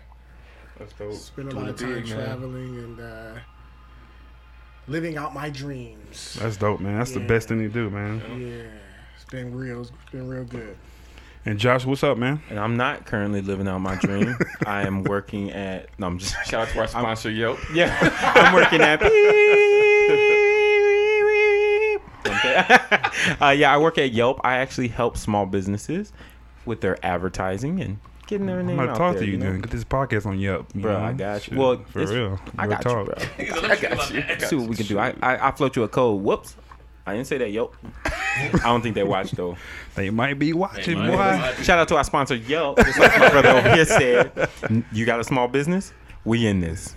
A: That's dope.
E: spend a lot of time
C: big, man.
E: traveling and uh, living out my dreams.
A: That's dope, man. That's the
E: Yeah.
A: best thing you do, man.
E: Yeah, it's been real. It's been real good.
A: And Josh, what's up, man?
D: and I'm not currently living out my (laughs) dream. I am working at. No, I'm (laughs) just.
C: Shout out to our
D: (laughs)
C: sponsor, Yelp.
A: (laughs)
D: Yeah, I'm working at. Beep, beep, beep. Okay. (laughs) uh, yeah, I work at Yelp. I actually help small businesses with their advertising and getting their
A: I'm
D: name
A: gonna
D: out
A: talk
D: there.
A: to you,
D: know?
A: then. Get this podcast on Yelp, you
D: Bro,
A: know?
D: I got you.
A: Shit,
D: Well,
A: for
D: it's-
A: real,
D: I
A: Real
D: got
A: talk.
D: you, bro.
B: (laughs) I got you.
D: See what we can do. I, I I float you a code. Whoops. I didn't say that, Yelp. I don't think they watch
A: (laughs)
D: though.
A: They might be watching,
B: might be
A: boy.
B: watching.
D: Shout out to our sponsor, Yelp. Just like my brother over here said, you got a small business? We in this.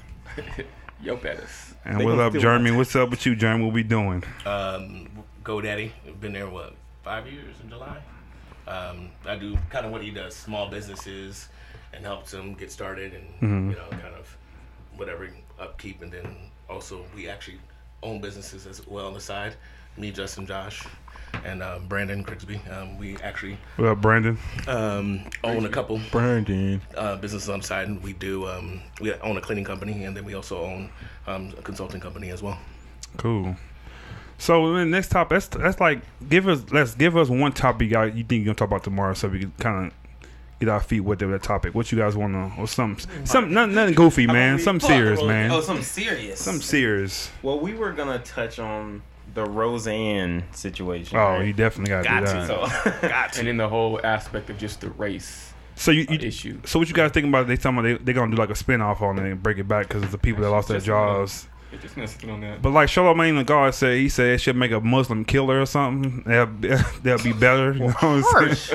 C: Yo, betters.
A: And
D: They
A: what's
D: gonna
A: up,
D: still
A: Jeremy? What's up with you, Jeremy? What we doing?
B: um, GoDaddy. Been there what five years in July. Um, I do kind of what he does, small businesses, and helps them get started, and you know, kind of whatever upkeep, and then also we actually own businesses as well on the side. Me, Justin, Josh, and um, Brandon Crigsby. Um, we actually
A: What up, Brandon?
B: um, own a couple
D: Brandon.
B: uh, businesses on the side. and We do um, we own a cleaning company, and then we also own um, a consulting company as well.
A: Cool. So then next topic, that's that's like give us let's give us one topic y'all you think you're gonna talk about tomorrow, so we can kind of get our feet wet with that topic. What you guys want to or some some nothing, nothing goofy, man. Some serious, man.
D: oh, something serious.
A: Some serious.
D: Well, we were gonna touch on the Roseanne situation.
A: Oh,
D: right?
A: you definitely got to
D: got
A: do
D: to.
A: that. So,
D: So.
C: And then the whole aspect of just the race
A: you,
C: Oh,
A: you
C: issue.
A: so what you guys thinking about? They talking about they they gonna do like a spin off on it and break it back because the people that lost their
C: Just a minute.
A: jobs.
C: You're just gonna sit on that.
A: But like Charlamagne the God said, he said it should make a Muslim killer or something. (laughs) That'll be, that'll be better. You know what I'm saying?
D: harsh.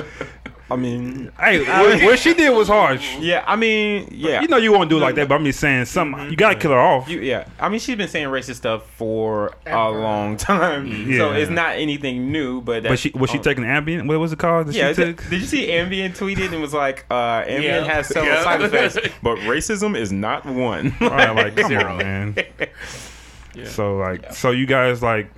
D: I mean,
A: Hey, what, what she did was harsh.
D: yeah. I mean, yeah.
A: You know you won't do it like that, but I'm just saying something. You gotta kill her off.
D: You, yeah, I mean she's been saying racist stuff for a
E: Ever.
D: long time, so
A: Yeah.
D: it's not anything new.
A: but
D: But that's-
A: she was she
D: oh.
A: taking Ambien? What was it called? That
D: Yeah,
A: she
D: did,
A: took?
D: did you see Ambien tweeted and was like, uh, Ambien
B: Yeah.
D: has several
B: Yeah.
D: side effects,
B: (laughs)
D: but racism is not one. (laughs)
A: All right, like come
B: Zero.
A: on, man.
C: Yeah.
A: So like, so you guys like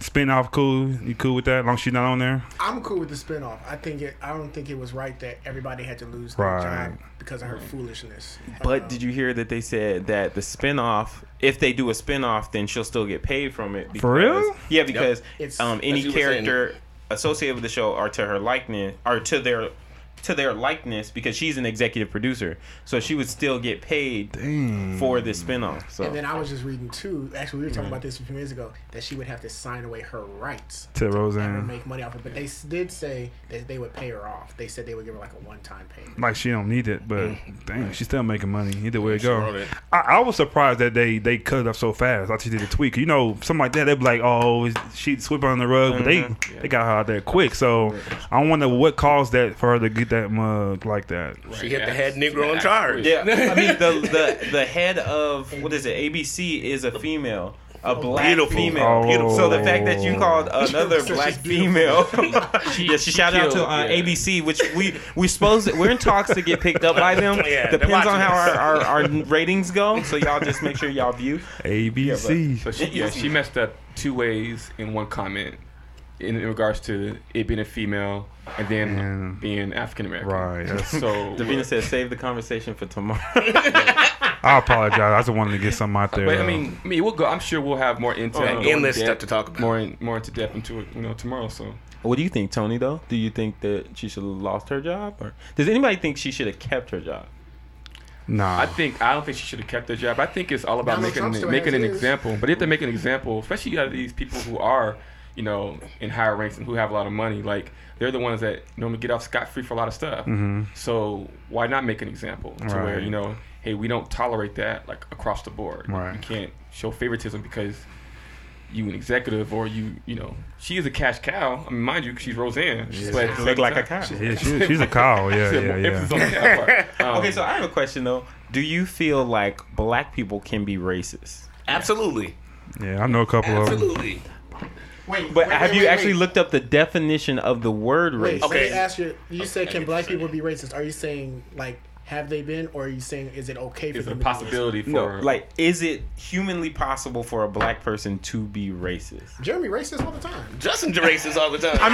A: spin off cool? You cool with that? As long as she's not on there.
E: I'm cool with the spinoff. I think it. I don't think it was right that everybody had to lose their
A: Right.
E: job because of her foolishness. Um,
D: But did you hear that they said that the spinoff, if they do a spinoff, then she'll still get paid from it? Because,
A: For real?
D: Yeah, because
E: It's-
D: um,
B: As you
D: any
B: were saying.
D: character associated with the show or to her likeness or to their to their likeness because she's an executive producer, so she would still get paid for this spinoff. So
E: And then I was just reading too. Actually, we were talking about this a few minutes ago that she would have to sign away her rights
A: To
E: and
A: Roseanne,
E: make money off it. But they s- did say that they would pay her off. They said they would give her like a one-time payment.
A: like she don't need it, but dang, she's still making money. Either way it
B: She wrote
A: go.
B: it.
A: I, I was surprised that they they cut it up so fast. I just did a tweak. You know, something like that. They'd be like, oh, she'd sweep her on the rug, but they
D: Mhm.
A: they got her out there quick. So I wonder what caused that for her to get that mug like that.
B: She hit the
C: Yeah.
B: head Negro in
C: Yeah.
B: charge.
D: (laughs) Yeah, I mean the the the head of what is it? ABC is a female, a black
B: Beautiful.
D: female.
A: Beautiful.
D: So the fact that you called another
E: So
D: black
E: she's beautiful.
D: female, (laughs) yeah, she shout out to
C: killed,
D: uh,
C: yeah.
D: ABC, which we we supposed to, we're in talks to get picked up by them.
B: Yeah, they're
D: Depends on
B: watching
D: how our,
B: us.
D: our our ratings go. So y'all just make sure y'all view.
A: ABC.
C: So she, yeah, she messed up two ways in one comment, in, in regards to it being a female and then
A: Man.
C: being African American.
A: Right. that's-
C: So
D: Davina says save (laughs) the conversation for tomorrow.
A: (laughs)
D: (laughs)
A: I apologize. I just wanted to get something out there.
C: But
A: though.
C: I mean, I mean, we'll go. I'm sure we'll have more into
D: Oh,
C: and go
B: endless
C: in
B: stuff
C: depth-
B: to talk about.
C: More in, more into depth into it, you know, tomorrow. So
D: what do you think, Tony? Though, do you think that she should have lost her job, or does anybody think she should have kept her job?
A: nah.
C: I think I don't think she should have kept the job. I think it's all about
E: Donald
C: making
E: Trump still
C: making
E: has
C: an
E: his.
C: example. But if they make an example, especially out of these people who are, you know, in higher ranks and who have a lot of money, like they're the ones that normally get off scot free for a lot of stuff.
D: Mm-hmm.
C: So why not make an example to where
A: Right.
C: you know, hey, we don't tolerate that like across the board. You
A: Right.
C: can't show favoritism because you an executive or you you know she is a cash cow. I mean, mind you, she's Roseanne. But at the
D: Look
C: same
D: like a
C: time-
D: cow.
A: yeah, she, she's a
C: (laughs)
A: cow. Yeah,
C: Said
A: yeah,
C: more
A: yeah.
C: emphasis on the
D: (laughs)
C: cat part. Um,
D: Okay, so I have a question though. Do you feel like black people can be racist?
B: Absolutely.
A: Yeah, I know a couple of them.
B: Absolutely.
E: Wait,
D: But have you actually looked up the definition of the word
E: Wait,
D: race?
E: okay.
B: Okay.
E: let me ask you. You said,
B: I
E: can
B: get
E: black
B: what you're
E: people be racist? Are you saying like have they been, or are you saying is it okay for
C: it's a
E: them to be racist?
C: possibility for
D: No, like, is it humanly possible for a black person to be racist?
E: Jeremy racist all the time.
B: Justin racist all the time.
D: I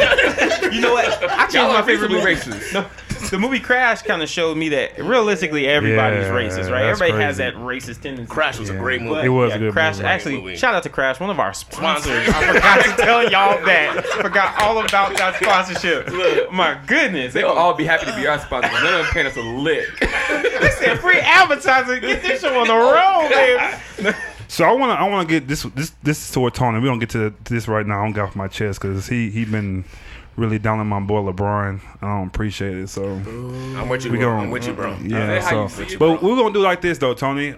D: mean, you know what? I changed
C: Y'all
D: my
C: are
D: favorite
C: reasonably
D: movie.
C: racist.
D: No, the movie Crash kind of showed me that realistically everybody's
A: Yeah,
D: racist, right?
A: that's
D: Everybody has
A: crazy.
D: that racist tendency.
B: Crash was a
A: Yeah.
B: great movie.
A: It was a good
D: Crash.
A: movie.
D: Actually,
B: Movie.
D: shout out to Crash, one of our sponsors.
B: Sponsors.
D: I forgot to tell y'all that. Forgot all about that sponsorship. My goodness,
C: They
D: they
C: will
D: all
C: all be happy to be our sponsor. None of them paying us a lick.
D: (laughs) Oh, said free advertising. Get this show on the road, man.
A: So I want to I want to get this this this is toward Tony. We don't get to, to this right now. I don't get off my chest because he he been really down on my boy LeBron. I don't appreciate it. So
B: I'm with you.
A: We
B: bro.
A: gonna-
B: I'm with you, bro.
A: yeah.
C: That's how you
A: So,
C: see it,
A: but we're gonna do like this though, Tony.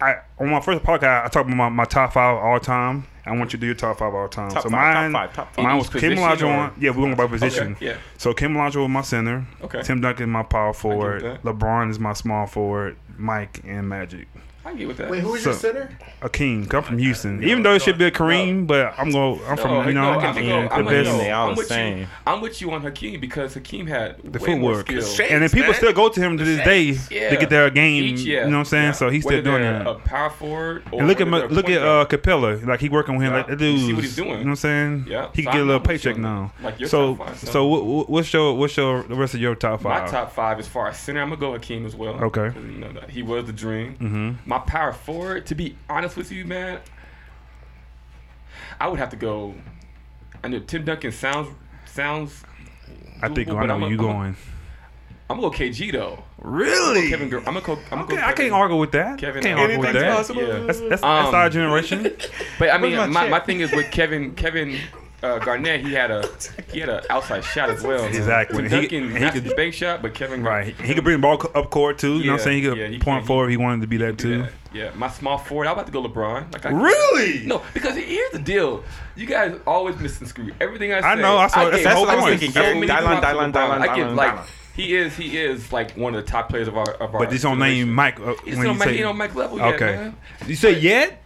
A: I on my first podcast I talked about my, my top five all time. I want you to do your top five all time.
D: Top
A: so
D: five, top
A: mine,
D: five, top five.
A: mine was
C: Each
A: Kim
C: position
A: Olajuwon.
C: or-
A: Yeah, we're going by position.
C: yeah.
A: So Kim Olajuwon was my center.
C: Okay.
A: Tim Duncan my power forward.
C: that.
A: LeBron is my small forward. Mike and Magic.
C: I get with that.
E: Wait, who is
A: So-
E: your center?
A: Akeem, come from Houston. Even though it should be a Kareem, but I'm going. I'm from
C: No,
A: you know
C: no,
A: I'm
C: I'm,
A: from
C: no,
A: the
C: I'm,
D: like,
A: best.
D: no. They all
C: I'm
D: the
C: with you.
D: same.
C: I'm with you on Hakeem because Hakeem had
A: The
C: way more
A: footwork.
C: skill.
B: Shake.
A: And then people
B: man.
A: still go to him to this day
B: Shakes,
C: yeah.
A: to get their game.
C: Each, yeah.
A: You know what I'm saying?
C: Yeah.
A: So he's still
C: Whether
A: doing
C: they're
A: that.
C: A power forward. Or
A: And look at
C: whether
A: my,
C: they're a
A: look
C: point
A: at uh,
C: guard.
A: Capella. Like he working with him.
C: Yeah.
A: Like that dude.
C: You see what he's doing.
A: You know what I'm saying?
C: Yeah.
A: He
C: So
A: can get
C: I'm
A: a little
C: with you
A: paycheck
C: on that.
A: now.
C: Like your
A: so
C: top five, so-
A: so what- what, what's your what's your the rest of your top
C: My
A: five?
C: top five as far as center, I'm gonna go Hakeem as well.
A: Okay. Mm-hmm.
C: 'Cause You know that he was the dream. My power forward, to be honest with you, man, I would have to go. I know Tim Duncan sounds sounds.
A: I think
C: doable,
A: I
C: but
A: know
C: I'm
A: where
C: a-
A: you
C: I'm a-
A: going.
C: I'm gonna go KG though.
A: Really?
C: Kevin, Dur- I'm gonna go. I'm gonna go
A: Okay, I
C: Kevin-
A: can't argue with that.
C: Kevin
A: can't
C: Durant.
A: argue with
C: Anything's
A: that.
C: possible. Yeah.
A: That's that's, that's
C: Um,
A: our generation.
C: But I mean,
D: Where's
C: my,
D: my
C: my,
D: check?
C: thing is with Kevin Kevin uh, Garnett, he had a he had an outside shot as well.
A: Exactly.
C: Tim
A: He-
C: Duncan,
A: he
C: not
A: could-
C: the bank shot, but Kevin
A: Right. He, he could bring the ball c- up court too. You know what I'm
C: Yeah,
A: saying? He could
C: yeah, he
A: point
C: can.
A: forward if he wanted to be that
C: do
A: too.
C: that. Yeah, my small forward. I'm about to go LeBron. Like I,
A: Really?
C: No, because here's the deal. You guys always miss and screw. Everything I say.
A: I know, I saw- that's
C: gave
A: the whole
C: so
A: point.
C: many
A: Thinking,
D: Gary,
C: props
D: Dylan,
C: to
D: Dylan,
C: LeBron.
D: Dylan,
C: I give
D: Dylan,
C: like
D: Dylan.
C: he is he is like one of the top players of our of our.
A: But this don't name
C: generation.
A: Mike uh,
C: He's
A: when
C: on
A: you
C: Mike.
A: say.
C: He ain't on Mike level yet,
A: okay.
C: man.
A: You say yet?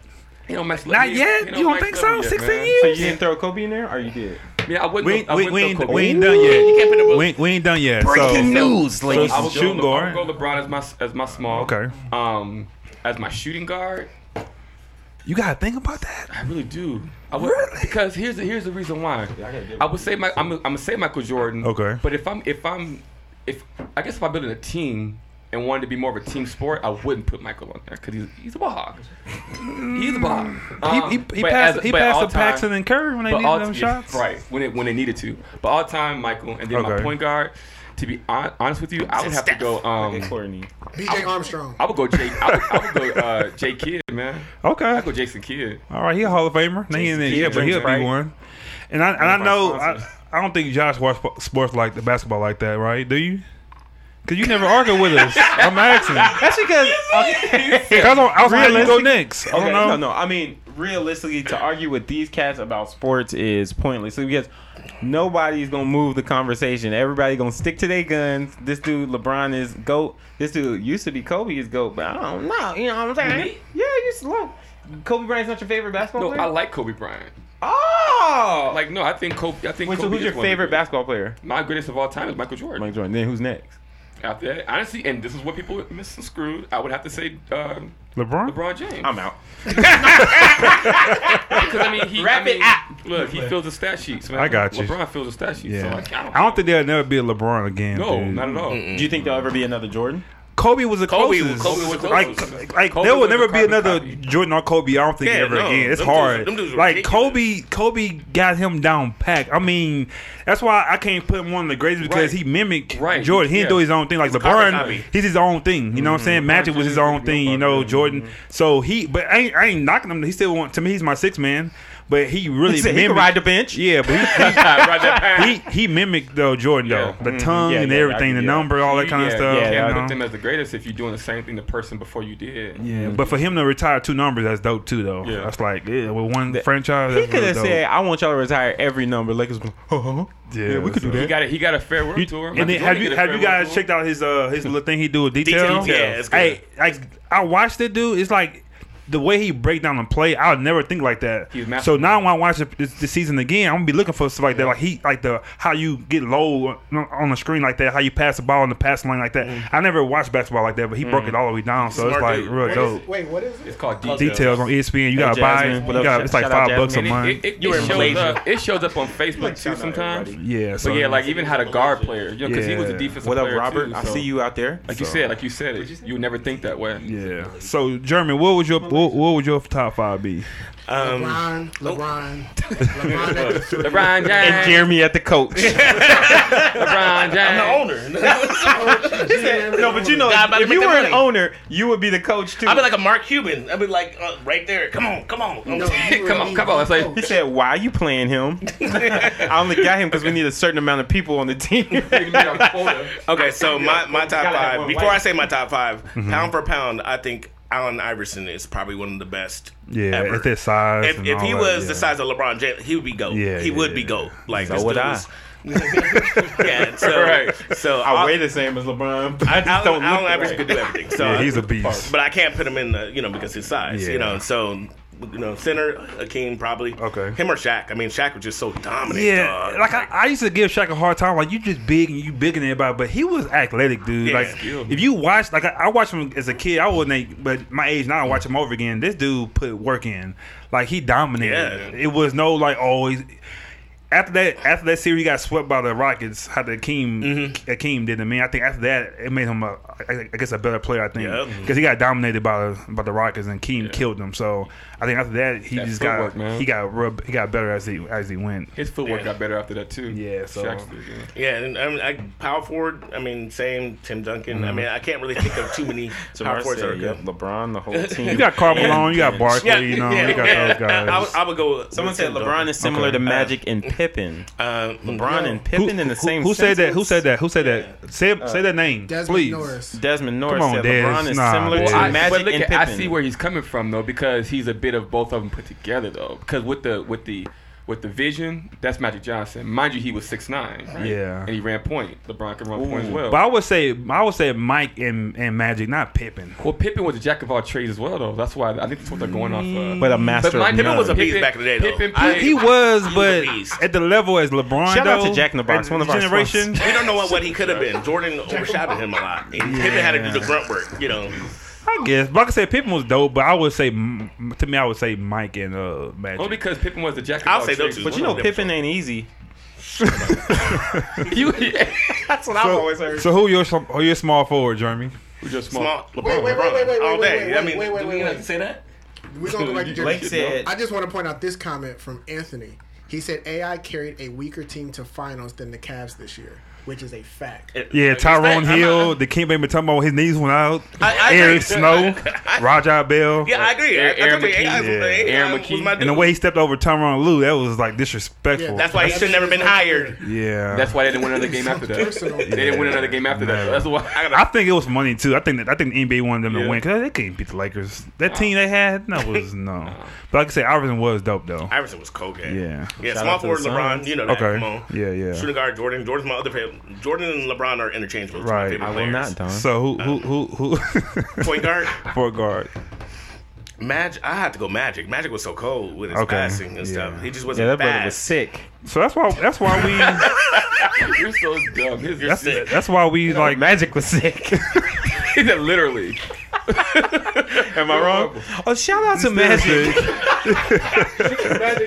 C: He on Mike
A: Not
C: he-
A: yet?
C: he
A: You
C: on
A: don't think
C: Mike's
A: so?
C: level yet,
A: 16
C: man.
A: years?
D: So you didn't throw Kobe in there, or you did?
C: Yeah, I wouldn't.
A: We
C: go, I
A: ain't- we
C: wouldn't
A: we
C: go
A: ain't
C: Kobe.
A: we ain't done
B: can't put the
A: yet.
B: ball-
A: We ain't- we ain't done yet. So
F: news, ladies.
C: I would
A: Shooting
C: go,
A: guard.
C: I would go LeBron as my as my small.
A: Okay.
C: Um, as my shooting guard,
A: you gotta think about that.
C: I really do. I would, Because here's the, here's the reason why. I would say my I'm I'm gonna say Michael Jordan.
A: Okay.
C: But if I'm if I'm if I guess if I'm building a team and wanted to be more of a team sport, I wouldn't put Michael on there because he's he's a ball hog. He's a ball hog. Um,
A: He, he, he
C: but
A: passed
C: as-
A: he
C: but
A: passed
C: all
A: to
C: time-
A: Paxson and Curry when they
C: but
A: needed
C: all
A: them
C: yeah,
A: shots.
C: right when it when they needed to. But all time Michael and then
A: Okay.
C: my point guard. To be hon- honest with you, I would have to go. Um,
D: Courtney.
E: BJ Armstrong.
C: I would go Jay. I would, I would go uh, Jay Kidd, man.
A: Okay.
C: I go Jason Kidd.
A: All right, he a Hall of Famer. Now he in there, yeah, but he'll
C: Right.
A: be one. And I and I know I,
C: sponsors.
A: I don't think Josh watch sp- sports like the basketball like that, right? Do you? Cause you never argue with
C: (laughs)
A: us. I'm asking.
D: That's (laughs) because. Okay.
A: Cause I don't. I was like, you go
D: Realistic-
A: next. I don't
D: Okay,
A: know.
D: No, no. I mean, realistically, to argue with these cats about sports is pointless because nobody's gonna move the conversation. Everybody gonna stick to their guns. This dude LeBron is goat. This dude used to be Kobe is goat, but I don't know. You know what I'm saying?
C: Me?
D: Yeah, you just look. Kobe Bryant's not your favorite basketball
C: No,
D: player.
C: I like Kobe Bryant.
D: oh,
C: Like no, I think Kobe. I think
D: Wait, so
C: Kobe
D: who's
C: is
D: your
C: one of the
D: favorite
C: greatest.
D: basketball player?
C: My greatest of all time is Michael Jordan.
D: Mike Jordan. Then who's next?
C: After that, honestly, and this is what people miss and screwed. I would have to say um,
A: LeBron.
C: LeBron James.
D: I'm out.
C: Because I mean, he
D: Wrap
C: I
D: it
C: mean,
D: up.
C: Look, he fills the stat sheets. Man.
A: I got you.
C: LeBron fills the stat sheets.
A: Yeah.
C: So like, I don't,
A: I don't think there'll never be a LeBron again.
C: no,
A: dude.
C: not at all.
D: Mm. Do you think there'll ever be another Jordan? (laughs)
A: Kobe was the
C: Kobe-
A: closest.
C: Kobe was the
A: Like,
C: closest.
A: like
C: Kobe
A: there will
C: was
A: never
C: the
A: be
C: carbon
A: another
C: copy.
A: Jordan or Kobe. I don't think
B: Yeah,
A: ever
B: no,
A: again. It's
B: them dudes-
A: hard.
B: them dudes were
A: like
B: ridiculous.
A: Kobe, Kobe got him down packed. I mean, that's why I can't put him one of the greatest because he
C: Right.
A: mimicked
C: Right.
A: Jordan. He didn't
C: Yeah.
A: do his own thing. Like
B: carbon
A: LeBron,
B: copy.
A: he's his own thing. You know what I'm saying? Magic was his own thing. You know, Jordan. So he, but I ain't, I ain't knocking him. He still want to me. He's my sixth man. But he really
D: said (laughs) he could
A: mimicked.
D: ride the
A: (laughs)
D: bench.
A: Yeah, but he, he-
C: Right (laughs)
A: he
C: there.
A: he mimicked though Jordan
C: Yeah.
A: though the tongue
D: Yeah,
A: and
D: yeah,
A: everything,
D: I-
A: the
D: yeah.
A: number, all that kind of
C: yeah,
A: stuff.
C: You
A: you
C: can't
A: know?
C: put them as the greatest if you're doing the same thing the person before you did.
A: Yeah, but for him to retire two numbers, that's dope too, though.
C: Yeah.
A: That's like yeah, with one franchise.
D: He
A: that's
D: could have
A: really
D: said,
A: dope.
D: "I want y'all to retire every number." Lakers. Oh,
A: Yeah, we could do
C: He
A: that.
C: got a, he got a fair world tour.
A: and then have you have you guys checked out his uh his little thing he do with detail?
B: Detail, yeah, it's good.
A: Hey, like I watched it, dude. It's like the way he break down and play. I'll never think like that.
C: He's masterful.
A: So now when I watch it- this, this season again, I'm gonna be looking for stuff like that. Like he like the how you get low on the screen like that, how you pass the ball in the passing lane like that.
D: Mm-hmm.
A: I never watched basketball like that, but he broke it all the way down. So it's
B: Smart
A: like
B: dude.
A: real
E: What
A: dope.
E: is, wait, what is it?
C: It's called details.
A: Details on E ESPN. You gotta buy.
D: Jasmine,
A: it.
D: what
A: You
D: up?
A: gotta, it's like
D: Shout out
A: five bucks a
D: Jasmine.
A: month.
C: And it, it,
D: You were
C: it,
D: in
C: shows
D: Malaysia.
C: up, it shows up on Facebook too sometimes.
A: Yeah, so
C: But yeah, like even had a guard player. You know, because he was
A: Yeah.
C: a defensive
D: What up,
C: player
D: Robert?
C: too,
D: I
C: so-
D: see you out there.
C: Like you said, like you said, it, you would never think that way.
A: yeah. So Jeremy, what was your what, what would your top five be?
B: Um,
E: LeBron, LeBron, LeBron. at the
C: (laughs)
E: two-
C: (laughs)
A: (laughs)
C: LeBron James.
D: And Jeremy at the (laughs) coach.
C: LeBron James.
B: I'm
D: (laughs)
B: the owner. (laughs)
E: GM,
D: no, but you know,
B: Guy about to
D: if
B: make
D: you
B: that
D: were an
B: money.
D: owner, you would be the coach too.
B: I'd be like a Mark Cuban. I'd be like uh, right there. Come on, (laughs) come on.
E: No, you
C: Come
E: would
C: on,
E: be
C: come on,
E: the
C: it's like-
D: he
E: coach.
D: said, "Why are you playing (laughs) him? I only got him because we need a certain amount of people on the (laughs) team."
B: Okay, so my, my top
D: gotta have
B: five.
D: one Mm-hmm.
B: Before
D: white.
B: I say my top 5 pound for pound, I think Allen Iverson is probably one of the best.
A: Yeah,
B: ever.
A: at this size.
B: If,
A: and
B: if
A: all
B: he
A: that,
B: was
A: yeah.
B: the size of LeBron James, he would be goat.
A: Yeah,
B: he
A: yeah,
B: would
A: yeah.
B: be goat. Like
D: So
B: this
D: would
B: dude
D: I.
A: (laughs)
B: was- (laughs) yeah, so
C: Right.
B: so
D: I weigh the same as LeBron. but I just
B: Allen,
D: don't look
B: Allen
D: the
B: Iverson
D: way. (laughs)
B: could do everything.
A: (laughs)
B: So
A: Yeah,
B: I-
A: he's a beast.
B: But I can't put him in the, you know, because his size,
A: Yeah.
B: you know. So, you know, center, Akeem probably.
A: Okay.
B: Him or Shaq. I mean, Shaq was just so dominant.
A: Yeah,
B: dog.
A: like I, I used to give Shaq a hard time. Like you just big and you bigger than everybody, but he was athletic, dude.
B: Yeah.
A: like
B: Skilled.
A: if you watch, like I, I watched him as a kid. I wasn't, a- but my age now, I watch him over again. This dude put work in. Like he dominated.
B: Yeah.
A: It was no like always. after that, after that series, he got swept by the Rockets. How the Akeem,
B: Mm-hmm.
A: Akeem did. I mean, I think after that, it made him, a, I I guess, a better player. I think
B: Yep.
A: because he got dominated by by the Rockets, and Akeem killed him. So I think after that, he
C: That
A: just
C: footwork,
A: got
C: man.
A: he got rub, he got better as he as he went.
C: His footwork
B: Yeah.
C: got better after that too.
A: Yeah, so-
C: Shaq's pretty good.
B: Yeah, and I, mean, I power forward. I mean, same Tim Duncan.
A: Mm-hmm.
B: I mean, I can't really think of
A: (laughs)
B: too many power
D: Jamar
B: forwards that are
D: said,
B: good.
D: yep, LeBron, the (laughs) whole team.
A: You got Carl Malone, you got Barkley,
B: Yeah,
A: you know,
B: yeah,
A: you got
B: yeah.
A: those guys.
B: (laughs) I, would- I would go. with
D: Someone said
B: Tim
D: LeBron is similar
A: Okay.
D: to Magic and Pippen.
B: Duncan. Um,
D: Uh, LeBron and Pippen in the same.
A: Who said that? Who
D: sentence?
A: said that? Who said that? Say say that name,
E: Desmond
A: please.
D: (laughs)
E: Norris.
D: Desmond Norris
A: Come on,
D: said
A: Des.
D: LeBron is
A: Nah,
D: similar
A: Des.
D: to
A: Well, I-
D: Magic
C: but look
D: and
C: at,
D: Pippen.
C: I see where he's coming from though, because he's a bit of both of them put together though. Because with the with the with the vision, that's Magic Johnson. Mind you, he was six nine. Right?
A: Yeah.
C: and he ran point. LeBron can run point as well.
A: But I would say I would say Mike and, and Magic, not Pippen.
C: well, Pippen was a jack of all trades as well though. That's why I think that's what they're going off.
A: Mm.
C: of.
A: uh,
D: but a master.
C: Mike
D: of
C: Pippen
D: none.
C: was a
B: He's
C: Pippen-
B: back in the day, though.
C: Pippen
B: I-
C: played-
A: He was,
B: He's a
A: but
B: beast.
A: at the level as LeBron.
D: Shout out to
A: though,
D: Jack in the Box,
A: at
D: one of our
A: generation.
B: We don't know what, what he could have been. Jordan overshadowed him a lot. And Pippen had to do the grunt work, you know.
A: I guess, but like I said, Pippen was dope. But I would say, mm, to me, I would say Mike and uh, Magic.
C: Well, because Pippen was the jack of
B: I'll
C: all
B: say those
C: trades.
B: two.
D: But you know, Pippen ain't (laughs) easy.
C: But you, yeah.
D: (laughs) That's what I've always heard.
A: so who your who your small forward, Jeremy?
C: We're just small.
B: Small LeBron,
E: Wait, wait, wait,
B: LeBron
E: wait, wait,
B: all
E: wait,
B: day.
E: wait,
B: I mean,
E: wait, wait,
B: do
E: wait,
B: we have
E: wait.
B: to say that?
E: We're gonna go back to
D: Blake
E: James.
D: said,
E: I just want to point out this comment from Anthony. He said AI carried a weaker team to finals than the Cavs this year, which is a fact.
B: It-
A: Yeah,
B: it's
A: Tyrone
B: that- I'm
A: Hill,
B: not-
A: the King Baby Tumbo, his knees went out.
B: I- I
A: Eric
B: think-
A: Snow,
B: I-
A: Rajah Bell.
B: yeah, I agree.
C: Aaron-
B: I- I
C: Aaron
B: think AI was-
A: McKee. Yeah.
B: AI
C: Aaron
B: was
C: McKee.
B: my
A: And the
B: dude.
A: way he stept over Tyronn Lou, that was like disrespectful.
E: Yeah,
B: That's why he should have never been hired.
A: yeah.
C: That's why they didn't win another game after that.
E: Personal.
C: They didn't win another game after that. That's why.
B: (laughs) I
A: I
B: gotta,
A: think it was money too. I think that I think the NBA wanted them
C: Yeah.
A: to win because they couldn't beat the Lakers. That team they had, no was no. But like I say, Iverson was dope though.
B: Iverson was cold game.
A: Yeah.
B: Yeah,
D: Shout out to
B: small forward
D: the
B: LeBron,
D: Suns.
B: you know that.
A: Okay.
B: Come on.
A: Yeah, yeah.
B: Shooting guard Jordan. Jordan's my other favorite. Jordan and LeBron are interchangeable. It's my
A: Right.
B: favorite
A: I
D: I will
B: players.
D: not, Don.
A: So who who who who (laughs)
B: (laughs) Point guard.
A: for guard?
B: Magic. I had to go Magic. Magic was so cold with his
A: Okay.
B: passing and
A: Yeah.
B: stuff. He just
D: yeah,
B: wasn't
D: that brother
B: fast.
D: was sick.
A: So that's why that's why we
C: You're so dumb. His,
B: You're sick.
A: that's why we like
D: Magic was sick.
C: (laughs)
A: (laughs)
C: literally.
D: Am I wrong? (laughs) Oh, shout out to Magic. (laughs) That's (laughs)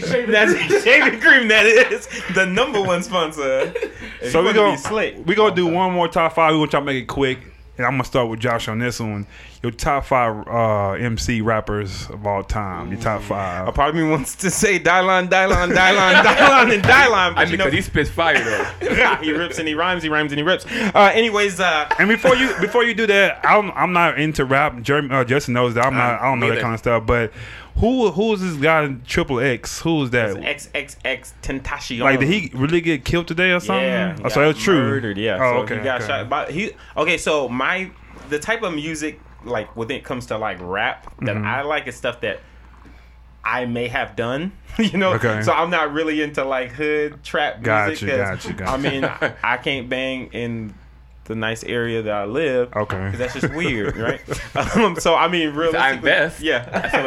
D: shaving cream. That is the number one sponsor. (laughs) If
A: So we
D: you wanna
A: gonna
D: be slick.
A: we gonna do one more top five. We gonna try to make it quick, and I'm gonna start with Josh on this one. Your top five uh, MC rappers of all time. Your top
D: A
A: five.
D: part of me wants to say Dylon, Dylon, Dylon, (laughs) Dylon, and Dylon. But
C: I
D: you
C: mean,
D: know,
C: because he spits fire
A: (laughs)
C: though.
D: (laughs) he rips and he rhymes, he rhymes and he rips. Uh, anyways, uh,
A: And before you before you do that, I'm I'm not into rap. Jeremy, uh, Justin knows that I'm not. I don't know
B: me
A: that
B: either.
A: kind of stuff. But who who is this guy Triple X? Who is that?
D: XXX Tentacion.
A: Like did he really get killed today or something?
D: Yeah, he
A: oh, so
D: got
A: it's true.
D: Murdered, yeah.
A: Oh,
D: so
A: okay.
D: He got
A: okay.
D: shot. By, he okay. So my the type of music like when it comes to like rap that
A: Mm-hmm.
D: I like is stuff that I may have done. (laughs) You know.
A: Okay.
D: So I'm not really into like hood trap
A: Gotcha,
D: music. 'cause,
A: gotcha, gotcha.
D: I mean, I, I can't bang in the nice area that I live.
A: Okay.
D: 'cause that's just weird,
A: (laughs)
D: right? um, so I mean, really,
C: I invest.
D: Yeah.
C: (laughs) I sell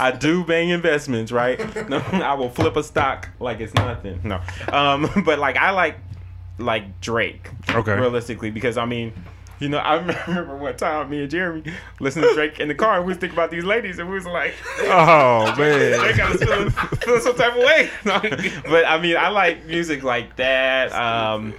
D: (laughs) I do bang investments, right?
C: (laughs)
D: No, (laughs) I will flip a stock like it's nothing. No, um, (laughs) but like I like like Drake,
A: Okay.
D: realistically, because I mean, you know, I (laughs) remember one time me and Jeremy listened to Drake in the car, and we was thinking about these ladies, and we was like, (laughs)
A: Oh
D: Drake
A: man.
D: got us feeling, feeling some (laughs) type of way. No, but I mean, I like music like that. Um,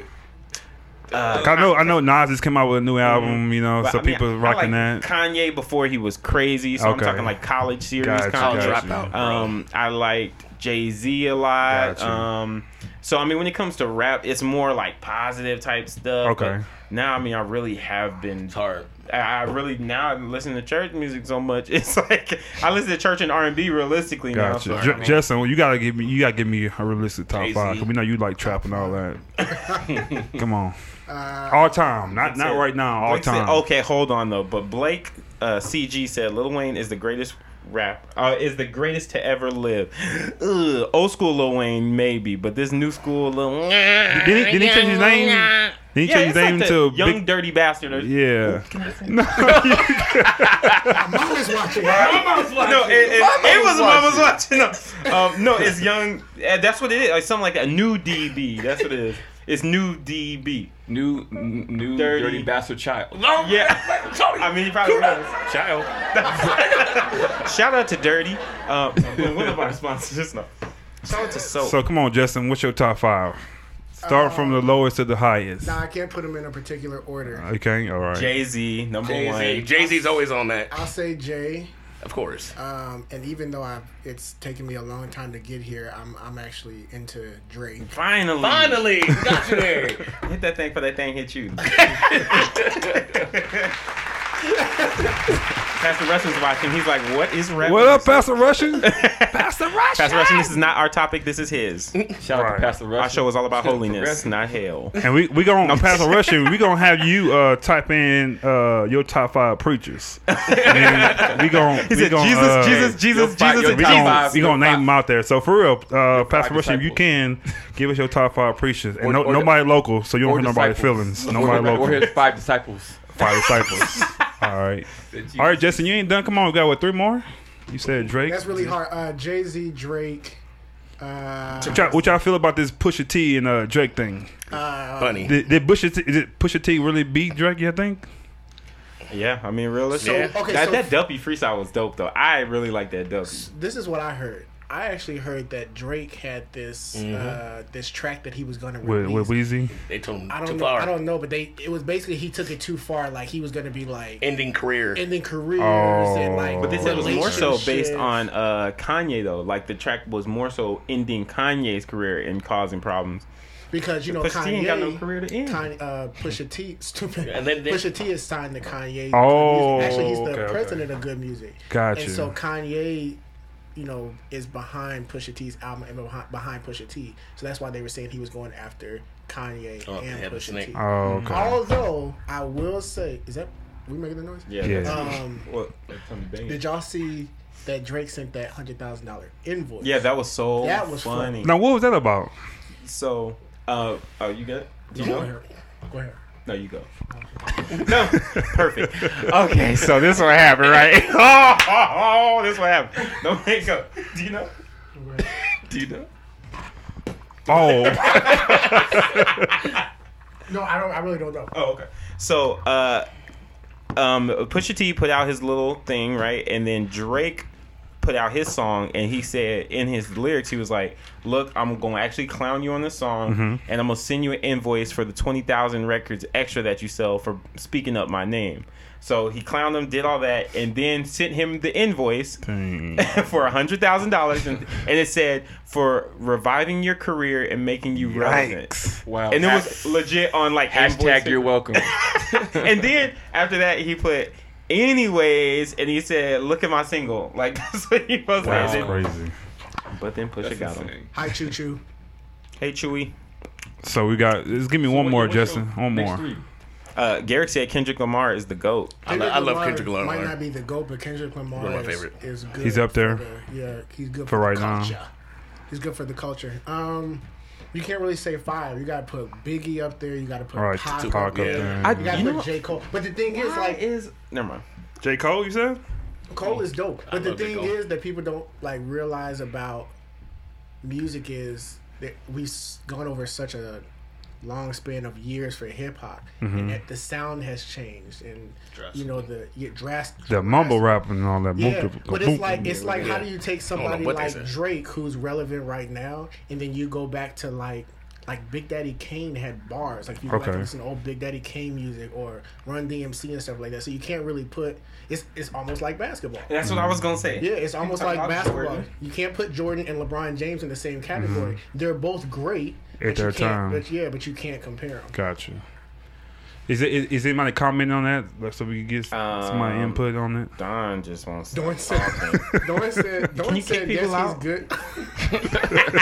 A: I know, I know. Nas just came out with a new album, you know,
D: Mm-hmm. But,
A: so
D: I mean,
A: people
D: I
A: rocking
D: like
A: that.
D: Kanye before he was crazy, so
A: Okay.
D: I'm talking like college series.
A: Gotcha,
D: kind of
A: gotcha. Dropout,
B: bro.
D: Um, I liked Jay Z a lot.
A: Gotcha.
D: Um, so I mean, when it comes to rap, it's more like positive type stuff. but
A: Okay.
D: Now, I mean, I really have been
B: It's hard.
D: I I really now I listen to church music so much. (laughs) It's like I listen to church and R and B realistically
A: Gotcha,
D: now.
A: J-
D: So, I mean,
A: Justin. You gotta give me, you gotta give me a realistic top
B: Jay-Z.
A: five. 'cause we know you like trap and all that.
D: (laughs)
A: Come on,
E: Uh,
A: all time, not not
D: it.
A: right now, all
D: Blake said-
A: time.
D: okay, hold on though. But Blake uh, CG said Lil Wayne is the greatest rap uh, is the greatest to ever live. (gasps) Ugh, old school Lil Wayne maybe, but this new school Lil Wayne.
A: Did he, did he change his name? Did he
D: Yeah,
A: change his
D: it's like
A: name
D: the
A: to
D: young
A: Big?
D: dirty bastard. Or,
A: Yeah. No,
E: mom is watching.
D: No, it, it, it was Mama's watching. No, um, no, it's young. eh, That's what it is. Like something like a new DB. That's what it is. It's new DB.
C: New, n- new
D: Dirty.
C: dirty, bastard child.
B: No,
D: Yeah. (laughs) I mean, he probably was.
C: Child.
D: Shout out to Dirty. Um, (laughs) one of our sponsors. No. Shout out to Soap.
A: So come on, Justin. What's your top five? Start from
D: Oh.
A: the lowest to the highest.
E: Nah, I can't put them in a particular order.
A: Okay, all right.
D: Jay Z, number
B: Jay Z.
D: one.
B: Jay Z's always on that,
E: I'll say Jay,
B: of course.
E: um, and even though I've, it's taken me a long time to get here, I'm I'm actually into Drake.
D: Finally.
B: Finally, got you (laughs) there.
D: Hit that thing for that thing hit you. Pastor Russell's watching. He's like, what is rap?
A: What up, Pastor Russian? Pastor
D: Pastor
A: Russian.
D: Russell, this is not our topic. This is his.
C: Shout out
A: Right.
C: to Pastor Russell.
D: Our show is all about holiness,
C: Progressive.
D: not hell.
A: And we we gonna Pastor Russian. We gonna have you uh, type in uh, your top five preachers. And we gonna
D: He
A: we
D: said,
A: gonna,
D: Jesus,
A: uh,
D: Jesus,
C: You'll
D: Jesus,
C: fi-
D: Jesus,
C: you'll
A: We
C: top
A: gonna,
D: Jesus.
C: five.
A: we gonna
C: Your
A: name them out there. So for real, uh, Pastor Russian, if you
C: disciples.
A: can give us your top five preachers, and
C: Or-
A: no,
C: or the-
A: nobody local, so you don't
C: or
A: hurt nobody's
C: disciples.
A: feelings.
C: Or,
A: Nobody
C: or
A: local.
C: his five disciples.
A: Five disciples. All right, all right, Justin, you ain't done. Come on, we got what three more? You said Drake.
E: That's really hard. Uh, Jay Z, Drake. Uh,
A: What y'all, what y'all feel about this Pusha T and uh, Drake thing?
E: uh,
B: Funny.
A: Did, did Pusha T, did Pusha T really beat Drake? You think?
D: Yeah, I mean, realistically,
E: So, okay,
D: that,
E: so-
D: that Dumpy freestyle was dope though. I really like that Dumpy.
E: this is what I heard. I actually heard that Drake had this uh, this track that he was gonna
A: Mm-hmm. With,
E: release.
A: with Weezy?
B: They told him
E: I
B: too
E: don't know.
B: far.
E: I don't know, but they it was basically he took it too far. Like he was gonna be like
B: Ending career. (laughs)
E: ending careers and like.
A: But
D: They said it was more so based
E: relationships.
D: on uh, Kanye though. Like the track was more so ending Kanye's career and causing problems.
E: because you know
D: Pusha
E: Kanye
D: T ain't got no career to end.
E: Kanye, uh, Pusha T, (laughs) stupid.
B: And then they-
E: Pusha T is signed to Kanye.
A: Oh,
E: Actually, he's the
A: okay, okay.
E: president of Good Music.
A: Gotcha.
E: And so Kanye, you know, is behind Pusha T's album and behind, behind Pusha T. So that's why they were saying he was going after Kanye
B: Oh, they
E: and
B: had the
E: Pusha
B: snake.
E: T.
A: Oh, okay.
E: Although I will say, is that we making the noise?
D: Yeah.
A: Yeah.
D: that's-
E: Um,
D: well, that's something banging.
E: did y'all see that Drake sent that hundred thousand dollar invoice?
D: yeah, that was so
E: That was
D: funny.
A: Now, what was that about?
D: So, uh, oh, you got it? Do you
E: Go
D: know?
E: ahead. Go ahead.
D: No, you go. no, perfect. Okay, so
A: this is what happened,
D: right. Oh,
A: (laughs)
D: oh, oh, this what happened. (laughs) No makeup. Do you know? Do you know?
A: oh,
E: No, I don't. I really
D: (laughs)
E: don't know.
D: Oh, okay. So, uh, um, Pusha T put out his little thing, right? And then Drake put out his song, and he said in his lyrics, he was like, "Look, I'm gonna actually clown you on this song, and I'm gonna send you an invoice for the twenty thousand records extra that you sell for speaking up my name." So he clowned him, did all that, and then sent him the invoice (laughs) for a hundred thousand dollars, and and it said for reviving your career and making you
A: (laughs)
D: relevant.
C: Wow.
D: And it was legit on like
C: Hashtag
D: invoice-
C: you're
A: (laughs)
C: welcome.
F: (laughs)
D: and then after that, he put anyways, and he said, "Look at my single."
F: (laughs)
D: Like that's what he was
A: that's
D: saying.
A: crazy.
D: But then Pusha
C: That's
D: got him.
C: insane.
E: Hi, Choo Choo.
D: Hey Chewy,
A: So we got. Just give me one
C: What-
A: more,
C: what's your
A: Justin. One
C: next
A: more. (laughs)
C: three?
D: uh, Garrick said Kendrick Lamar is the goat.
B: I, lo- I love Kendrick Lamar.
E: Might not be the goat, but Kendrick Lamar
B: One of my
E: is,
B: favorite.
E: is good.
A: He's up there.
E: for the- yeah, he's good for,
A: right
E: the
A: now.
E: culture. He's good for the culture. Um, you can't really say five. You got to put Biggie up there. You got to put
A: All right,
E: Pac
A: Tupac
E: up
A: up
E: there.
A: there.
D: I-
E: You got
D: You
E: to
D: know
E: put
D: what?
E: J Cole. But the thing is,
D: Like
E: like,
D: is never mind.
A: J Cole, you said?
E: Cole is dope. But the
B: love J.
E: thing
B: Cole.
E: is that people don't like realize about music is that we've s- gone over such a long span of years for hip hop,
A: Mm-hmm.
E: and that the sound has changed, and you know the yeah, drastic
A: The mumble rap and all that.
E: Yeah,
A: Boop,
E: but
A: boop,
E: it's like
A: boop.
E: it's like how do you take somebody
B: what they
E: like
B: said.
E: Drake who's relevant right now, and then you go back to like like Big Daddy Kane had bars. Like you okay. like to listen to old Big Daddy Kane music or Run DMC and stuff like that. So you can't really put it's it's almost like basketball.
F: That's what I was gonna say.
E: Yeah, it's almost like basketball. Jordan. You can't put Jordan and LeBron James in the same category. Mm-hmm. They're both great
A: at their time.
E: But yeah, but you can't compare them.
A: Gotcha. Is it is, is anybody commenting on that so we can get um, some my input on it?
D: Don just wants.
E: Dorn said. (laughs) Dorn said. Dorn said yes, out? he's good.
F: (laughs)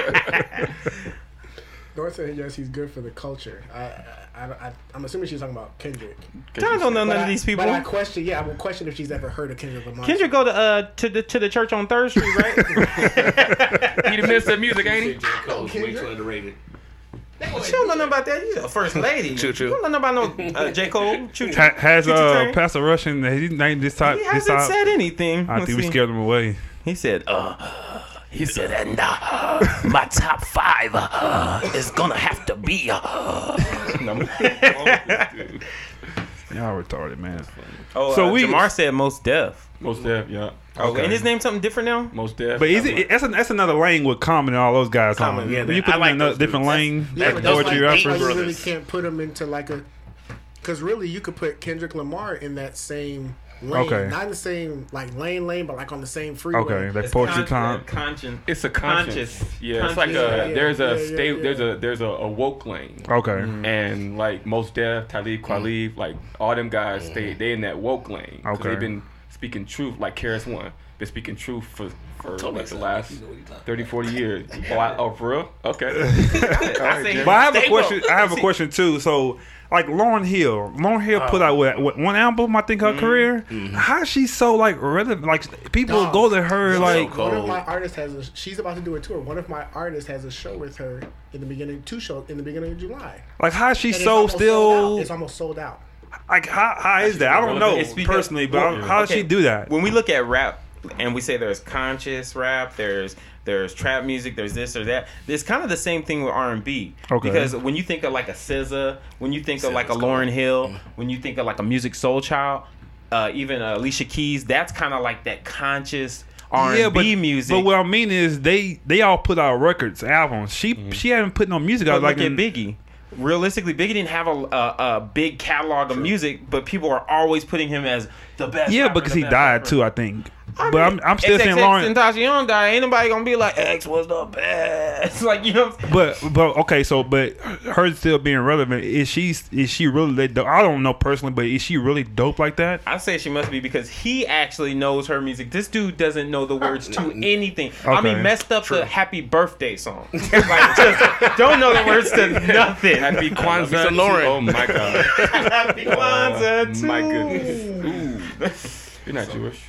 E: Dorn said yes, he's good for the culture. I, I, I, am assuming she's talking about Kendrick.
F: Don don't know none of these people.
E: But I question. Yeah, I will question if she's ever heard of Kendrick Lamar.
F: Kendrick go to uh to the to the church on Third Street, right?
E: (laughs)
C: he the minister of music, ain't he? J.
B: Cole's way too underrated.
F: She don't know nothing about that. You're a first lady.
C: Choo choo.
F: You don't know about no uh, J. Cole. Choo choo.
A: Ha- has uh, Pastor Russian, has he named this type?
F: He
A: this
F: hasn't
A: type?
F: said anything.
A: I
F: Let's
A: think we
F: see.
A: scared him away.
D: He said, uh, he said, and uh, my top five uh, is going to have to be. Uh,
A: (laughs) Y'all retarded, man.
D: Oh,
A: So
D: so uh,
A: we-
D: Jamar said most deaf.
C: Most deaf, yeah.
F: Oh, and his name something different now?
C: Most deaf.
A: But is it that's, an, that's another lane with common and all those guys
B: Common,
A: on.
B: yeah,
A: When you put
B: I
A: them
B: like
A: in another
B: those
A: different
B: dudes.
A: lane,
E: Yeah,
A: like
E: but that's
A: poetry
E: like, that's why
A: rappers.
E: you really
B: Brothers.
E: can't put him into like a because really you could put Kendrick Lamar in that same lane,
A: Okay.
E: not in the same like lane lane, but like on the same freeway.
A: Okay, like
F: It's
A: poetry
F: con-
A: time.
F: conscience.
C: It's a conscious.
F: Conscious.
C: Yeah, it's like
E: Conscious.
C: a
E: Yeah,
C: there's
E: yeah,
C: a
E: yeah,
C: state
E: yeah.
C: there's a there's a, a woke lane.
B: Mm-hmm.
A: Okay,
C: And like most deaf,
B: Mm.
C: Talib Kweli, like all them guys, they they in that woke lane. 'Cause
A: Okay.
C: They've been speaking truth, like Karis One, been speaking truth for for
B: Told me
C: like the
B: so.
C: last
B: You know what he talking
C: 30, 40
B: (laughs)
C: years. Oh, I, oh, for real? Okay.
F: I say-
A: but I have a
F: Stay
A: question.
F: woke.
A: I
D: (laughs)
A: have a question too. So, like Lauren Hill, Lauren Hill
D: Oh.
A: put out what, what one album I think her
D: Mm-hmm.
A: career. How is she so like relevant? Like people
E: Dog.
A: go to her
E: One
A: like
E: of- one of
B: cold.
E: my artists has a she's about to do a tour. One of my artists has a show with her in the beginning, two show in the beginning of July.
A: like how is she
E: And it's
A: so
E: almost sold out.
A: still
E: it's almost sold out.
A: like how how is that? I don't know
D: It's because-
A: personally, but I- how does
D: Okay,
A: she do that?
D: When we look at rap and we say there's conscious rap, there's there's trap music, there's this or that. There's kind of the same thing with R and B.
A: Okay.
D: Because when you think of like a SZA, when you think of like a
B: SZA's
D: Lauren Hill, when you think of like a music soul child, uh, even uh, Alicia Keys, that's kind of like that conscious R and B music.
A: But what I mean is they they all put out records, albums. She she haven't put no music out
D: Mm-hmm. But
A: like
D: look
A: in-
D: at Biggie. Realistically, Biggie didn't have a, a, a big catalog of music, but people are always putting him as the best.
A: Yeah,
D: rapper,
A: because
D: the
A: he
D: best
A: died
D: rapper.
A: too, I think. but I'm I'm still saying
D: XXX
A: Lauren.
D: Tentacion died. Ain't nobody gonna be like X was the best. (laughs) Like you know, what I'm saying?
A: But but okay, so but her still being relevant is she is she really that dope? I don't know personally, but is she really dope like that?
D: I say she must be because he actually knows her music. This dude doesn't know the words to anything. I
A: Okay.
D: mean, messed up the Happy Birthday song. (laughs) like, just don't know the words to nothing.
C: (laughs) Happy Kwanzaa.
B: Mr. Lauren.
C: Oh
B: (laughs)
C: my god. Oh,
D: Happy Kwanzaa too.
C: My goodness. Ooh. You're not Jewish.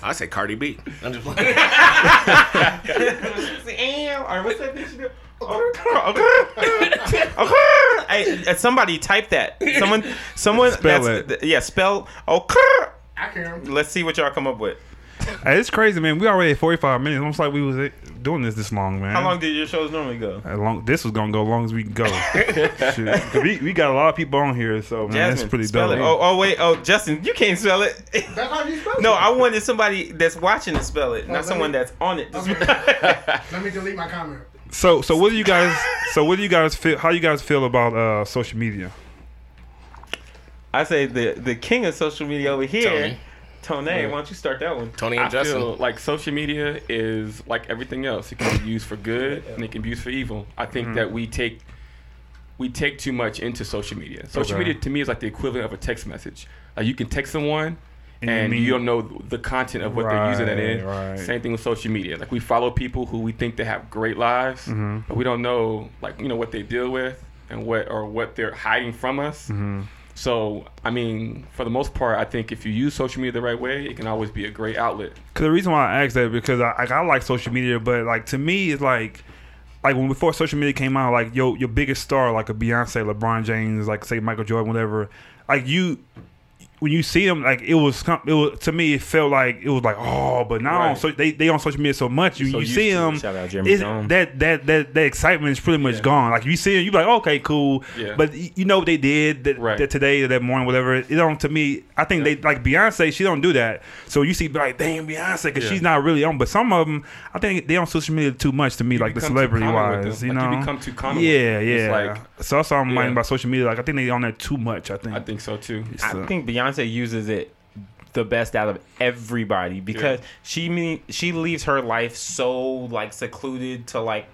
B: I say Cardi B. I'm
A: (laughs)
B: just playing.
D: Damn. Or what's that bitch do? hey, uh, somebody type that. Someone, someone.
A: Spell
D: that's,
A: it.
D: Yeah, spell. Okay.
E: I can.
D: Let's see what y'all come up with.
A: Hey, it's crazy, man. We already at 45 minutes. Almost like we was eh, doing this this long, man.
D: How long do your shows normally go?
A: As long- this was gonna go as long as we
D: (laughs)
A: can go. Shoot. 'Cause we, we got a lot of people on here, so man, Oh, that's pretty
D: spell
A: dope.
D: it. Oh, oh, wait. Oh, Justin, you can't spell it. (laughs)
E: That's how you spell
D: no,
E: it.
D: I wanted somebody that's watching to spell it, not
E: let
D: someone
E: me-
D: that's on it. (laughs)
E: Let me delete my comment.
A: So so what do you guys? So what do you guys feel? How you guys feel about uh, social media?
D: I say the the king of social media over here, Tone. Why don't you start that one?
B: Tony and
C: I
B: Justin.
C: feel like social media is like everything else. It can be used for good and it can be used for evil. I think that we take we take too much into social media. Social
A: Okay.
C: media to me is like the equivalent of a text message. Like you can text someone
A: And
C: and,
A: you mean-
C: you don't know the content of what they're using it in.
A: Right, right.
C: Same thing with social media. Like we follow people who we think they have great lives,
A: Mm-hmm.
C: but we don't know like you know what they deal with and what or what they're hiding from us.
A: Mm-hmm.
C: So, I mean, for the most part, I think if you use social media the right way, it can always be a great outlet.
A: Cause the reason why I asked that because I, I I like social media, but like to me it's like like when before social media came out, like your your biggest star like a Beyonce, LeBron James, like say Michael Jordan, whatever, like you when you see them, like it was, com- it was to me, it felt like it was like oh, but now
C: Right.
A: so they they on social media so much, you,
D: So
A: you
D: used
A: see
D: to it.
A: them,
D: Shout out Jeremy
A: it's-
D: Jones.
A: that that that that excitement is pretty much gone. Like you see them, you be like okay, cool,
C: Yeah.
A: but y- you know what they did that,
C: Right.
A: that today or that morning, whatever. It don't to me. I think they like Beyonce, she don't do that. So you see like damn Beyonce because
C: Yeah.
A: she's not really on. But some of them, I think they on social media too much to me, like the
C: become too
A: celebrity
C: common with
A: wise,
C: them.
A: you
C: Like,
A: know.
C: you become too common with
A: Yeah,
C: them. It's
A: yeah.
C: like-
A: so that's all I'm
C: Yeah.
A: minding about social media. Like I think they on that too much. I think.
C: I think so too.
A: So-
D: I think Beyonce uses it the best out of everybody because she mean she leaves her life so like secluded to like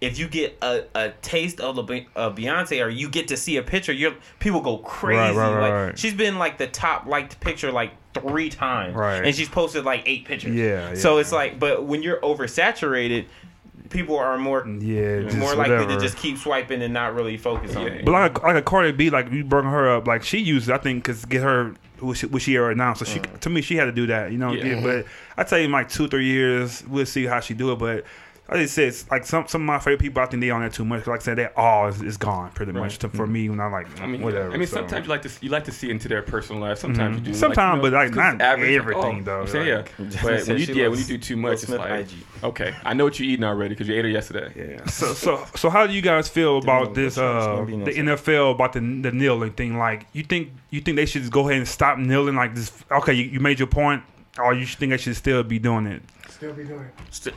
D: if you get a, a taste of the Be- of Beyonce or you get to see a picture, your people go crazy.
A: Right, right, right,
D: like
A: right.
D: she's been like the top liked picture like three times,
A: Right.
D: And she's posted like eight pictures.
A: Yeah,
D: So
A: yeah.
D: it's like, but when you're oversaturated, people are more
A: Yeah, just
D: more likely
A: whatever.
D: to just keep swiping and not really focus on it.
A: But like, like a Cardi B, like you bring her up, like she used, I think, because get her what she, what she right now. So she, to me, she had to do that, you know.
C: Uh. Yeah.
A: Yeah, but I tell you, in like two, three years, we'll see how she do it. But I just said, it's like some some of my favorite people, I think they on that too much. 'Cause Like I said, that all is, is gone pretty much to, for me when I like
C: Mm-hmm. I mean, yeah.
A: whatever.
C: I mean,
A: so. Mm-hmm.
C: sometimes you like to you like to see into their personal life. Sometimes you do.
A: Sometimes,
C: you
A: but, like,
C: it's 'cause
A: not
C: it's average, like,
A: everything,
C: oh,
A: though,
C: I'm saying, yeah.
A: like-
C: But when you
D: She
C: yeah, when you
D: loves
C: do too
D: Will
C: much, it's
D: Smith
C: like
D: IG.
C: okay, I know what you're eating already because you ate it yesterday.
A: Yeah. So so so how do you guys feel about this uh
D: be no
A: the NFL about the the kneeling thing? Like you think you think they should just go ahead and stop kneeling like this okay, you, you made your point, or you should think they should still be doing it.
E: Still be doing it.
B: St-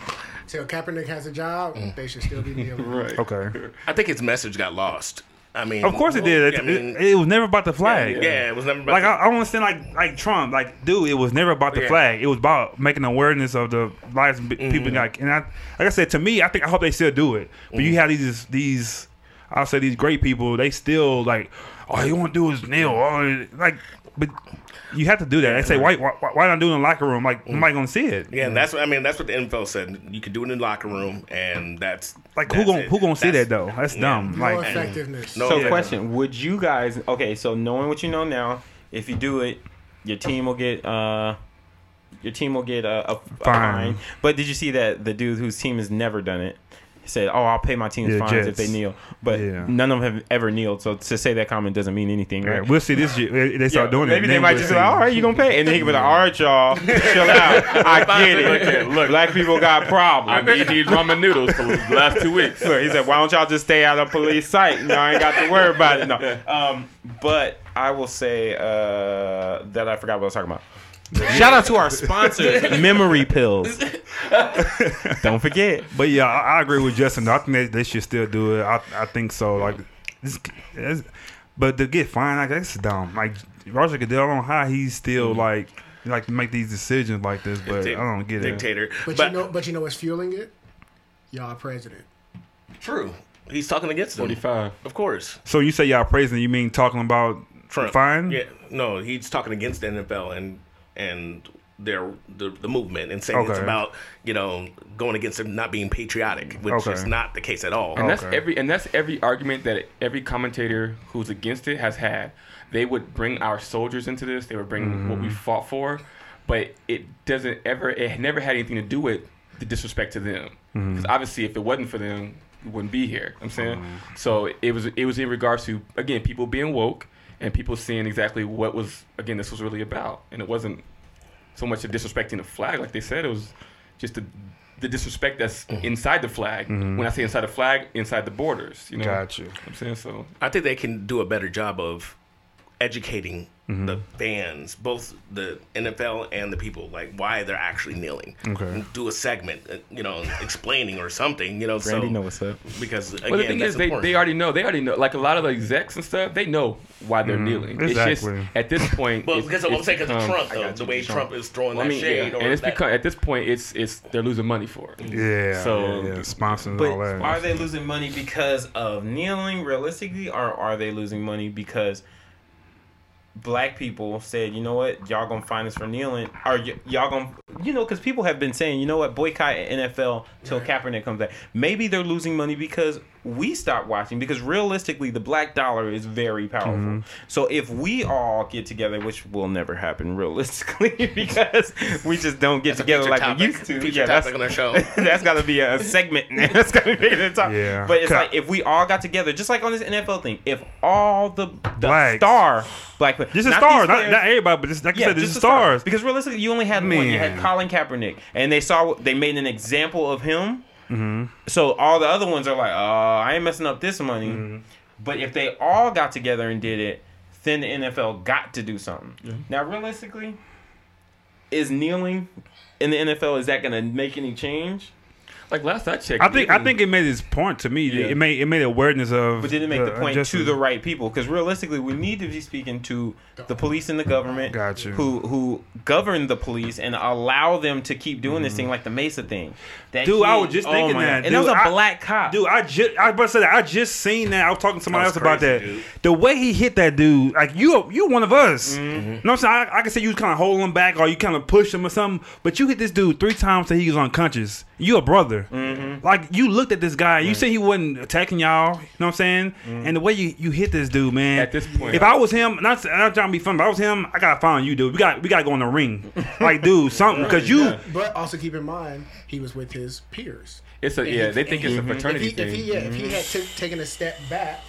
E: Till Kaepernick has a job, they should still be dealing. right.
A: Okay.
B: I think his message got lost. I mean,
A: Of course it did. It,
B: I mean,
A: it, it was never about the flag.
B: yeah, it was never about
A: Like
B: the-
A: I, I don't understand like like Trump, like dude, it was never about the
B: Yeah.
A: flag. It was about making awareness of the lives b- people like and I like I said to me, I think I hope they still do it. But you have these these I'll say these great people, they still like all you want to do is kneel. Oh, like but you have to do that. They say why why, why not do it in the locker room? Like nobody gonna see it.
B: Yeah, and that's what I mean. That's what the NFL said. You could do it in the locker room, and that's
A: Like who
B: that's
A: gonna
B: it.
A: who gonna see
B: That's-
A: that though? That's
B: yeah.
A: dumb.
E: No
A: Like
E: effectiveness.
B: No,
D: So,
B: yeah.
D: question: Would you guys? Okay, so knowing what you know now, if you do it, your team will get uh, your team will get a, a, a
A: Fine.
D: fine. But did you see that the dude whose team has never done it said, "Oh, I'll pay my team's
A: Yeah,
D: fines if
A: Jets.
D: they kneel," but
A: Yeah.
D: none of them have ever kneeled. So to say that comment doesn't mean anything,
A: yeah,
D: right?
A: we'll see this year. They start
D: Yeah,
A: doing it.
D: Maybe they
A: then
D: might
A: we'll
D: just
A: see.
D: be like, all right, you gonna pay. And then he can be like, all right, y'all, chill out. (laughs) I get it. Look, black people got
C: I've
D: problems.
C: eaten these ramen noodles for the last two weeks.
D: Look, he said, "Why don't y'all just stay out of police sight? No, I ain't got to worry about it." No, um, but I will say uh, that I forgot what I was talking about. Shout out to our sponsors, (laughs) Memory Pills. don't forget.
A: But yeah, I, I agree with Justin. I think they, they should still do it. I, I think so. Like, this, it's- but to get fined, like that's dumb. Like Roger Goodell, I don't know how he's still
D: Mm-hmm.
A: like like make these decisions like this. But
B: Dic-
A: I don't get it.
B: dictator.
E: But, you know, but you know what's fueling it? Y'all president.
B: true. He's talking against them.
C: Forty-five.
B: Of course,
A: So you say y'all praising? You mean talking about
B: Trump.
A: fine?
B: Yeah, no, he's talking against the NFL and and their the, the movement and saying it's
A: Okay.
B: about you know going against them not being patriotic, which
A: Okay.
B: is not the case at all.
C: And that's
A: Okay.
C: every and that's every argument that every commentator who's against it has had. They would bring our soldiers into this. They would bring what we fought for, but it doesn't ever. It never had anything to do with the disrespect to them. Because obviously, if it wasn't for them, we wouldn't be here. I'm saying. So it was. It was in regards to again people being woke and people seeing exactly what was again this was really about, and it wasn't so much of disrespecting the flag, like they said, it was just the the disrespect that's
A: Mm-hmm.
C: inside the flag. When I say inside the flag, inside the borders. You know,
A: Got you.
C: I'm saying so.
B: I think they can do a better job of educating the fans, both the NFL and the people, like why they're actually kneeling.
A: Okay.
B: Do a segment, uh, you know, explaining or something, you know.
D: Brandy
B: so,
D: know what's up.
B: Because again,
C: But the thing
B: that's
C: is, they,
B: important.
C: they already know. They already know. Like a lot of the execs and stuff, they know why they're kneeling. It's
A: Mm-hmm. exactly.
C: just at this
B: (laughs)
C: point.
B: Well,
C: it's-
B: because of what I'm
C: it's
B: saying, because of
C: become-
B: Trump, though, the way Trump is throwing
C: I
B: that
C: mean, yeah,
B: shade, or
C: and it's
B: that,
C: become at this point, it's it's they're losing money for it.
A: Yeah.
C: So-
A: yeah, yeah, sponsors and
D: But
A: all that.
D: are they losing money because of kneeling realistically, or are they losing money because black people said, you know what, y'all gonna find us for kneeling? Are y- y'all gonna, you know, because people have been saying, you know what, boycott NFL till Kaepernick comes back. Maybe they're losing money because we stop watching because realistically the black dollar is very powerful.
A: Mm-hmm.
D: So if we all get together, which will never happen realistically (laughs) because we just don't get together
B: future
D: like we
B: topic.
D: used to.
B: Future
D: Yeah, that's,
B: topic on our show.
D: (laughs) that's gotta be a segment (laughs) now. That's gotta be the top.
A: Yeah.
D: But it's
A: Cut.
D: like if we all got together, just like on this NFL thing, if all the, the
A: Blacks.
D: star black players
A: Just a
D: not
A: star,
D: these
A: not,
D: players-
A: not everybody, but just like you said, just
D: the
A: the stars.
D: Because realistically, you only had one. You had
A: Man.
D: Colin Kaepernick, and they saw they made an example of him.
A: Mm-hmm.
D: So all the other ones are like, "Oh, I ain't messing up this money."
A: Mm-hmm.
D: But if they all got together and did it, then the NFL got to do something. Now, realistically, is kneeling in the NFL is that going to make any change?
C: Like last I checked,
A: I think I
C: even-
A: think it made its point to me.
C: Yeah.
A: It made it made awareness of.
D: Mm-hmm. But did it make the, point
A: injustice.
D: to the right people? Because realistically, we need to be speaking to the police and the government,
A: Got you.
D: who who govern the police and allow them to keep doing this thing, like the Mesa thing. That
A: Mm-hmm. Dude, I
D: kid-
A: was just
D: oh
A: thinking
D: my-
A: that,
D: and that was
A: dude.
D: a
A: I-
D: black cop.
A: Dude, I just I was about to say that I just seen that. I was talking to somebody else
B: That was
A: about that.
B: crazy, dude.
A: The way he hit that dude, like you, you one of us. You know what I'm saying? I, I can say you was kind of holding him back or you kind of pushed him or something, but you hit this dude three times till he was unconscious. You a brother. Like you looked at this guy. You said he wasn't attacking y'all. You know what I'm saying? And the way you, you hit this dude, man.
C: At this point-
A: if I was him, not not trying to be fun, but if I was him. I gotta find you, dude. We got we gotta go in the ring, like dude, something, because you.
E: But also keep in mind, he was with his peers.
C: it's a yeah. They think it's a
A: Mm-hmm.
E: If he,
C: fraternity
E: if he,
C: thing.
E: yeah, if he had t- taken a step back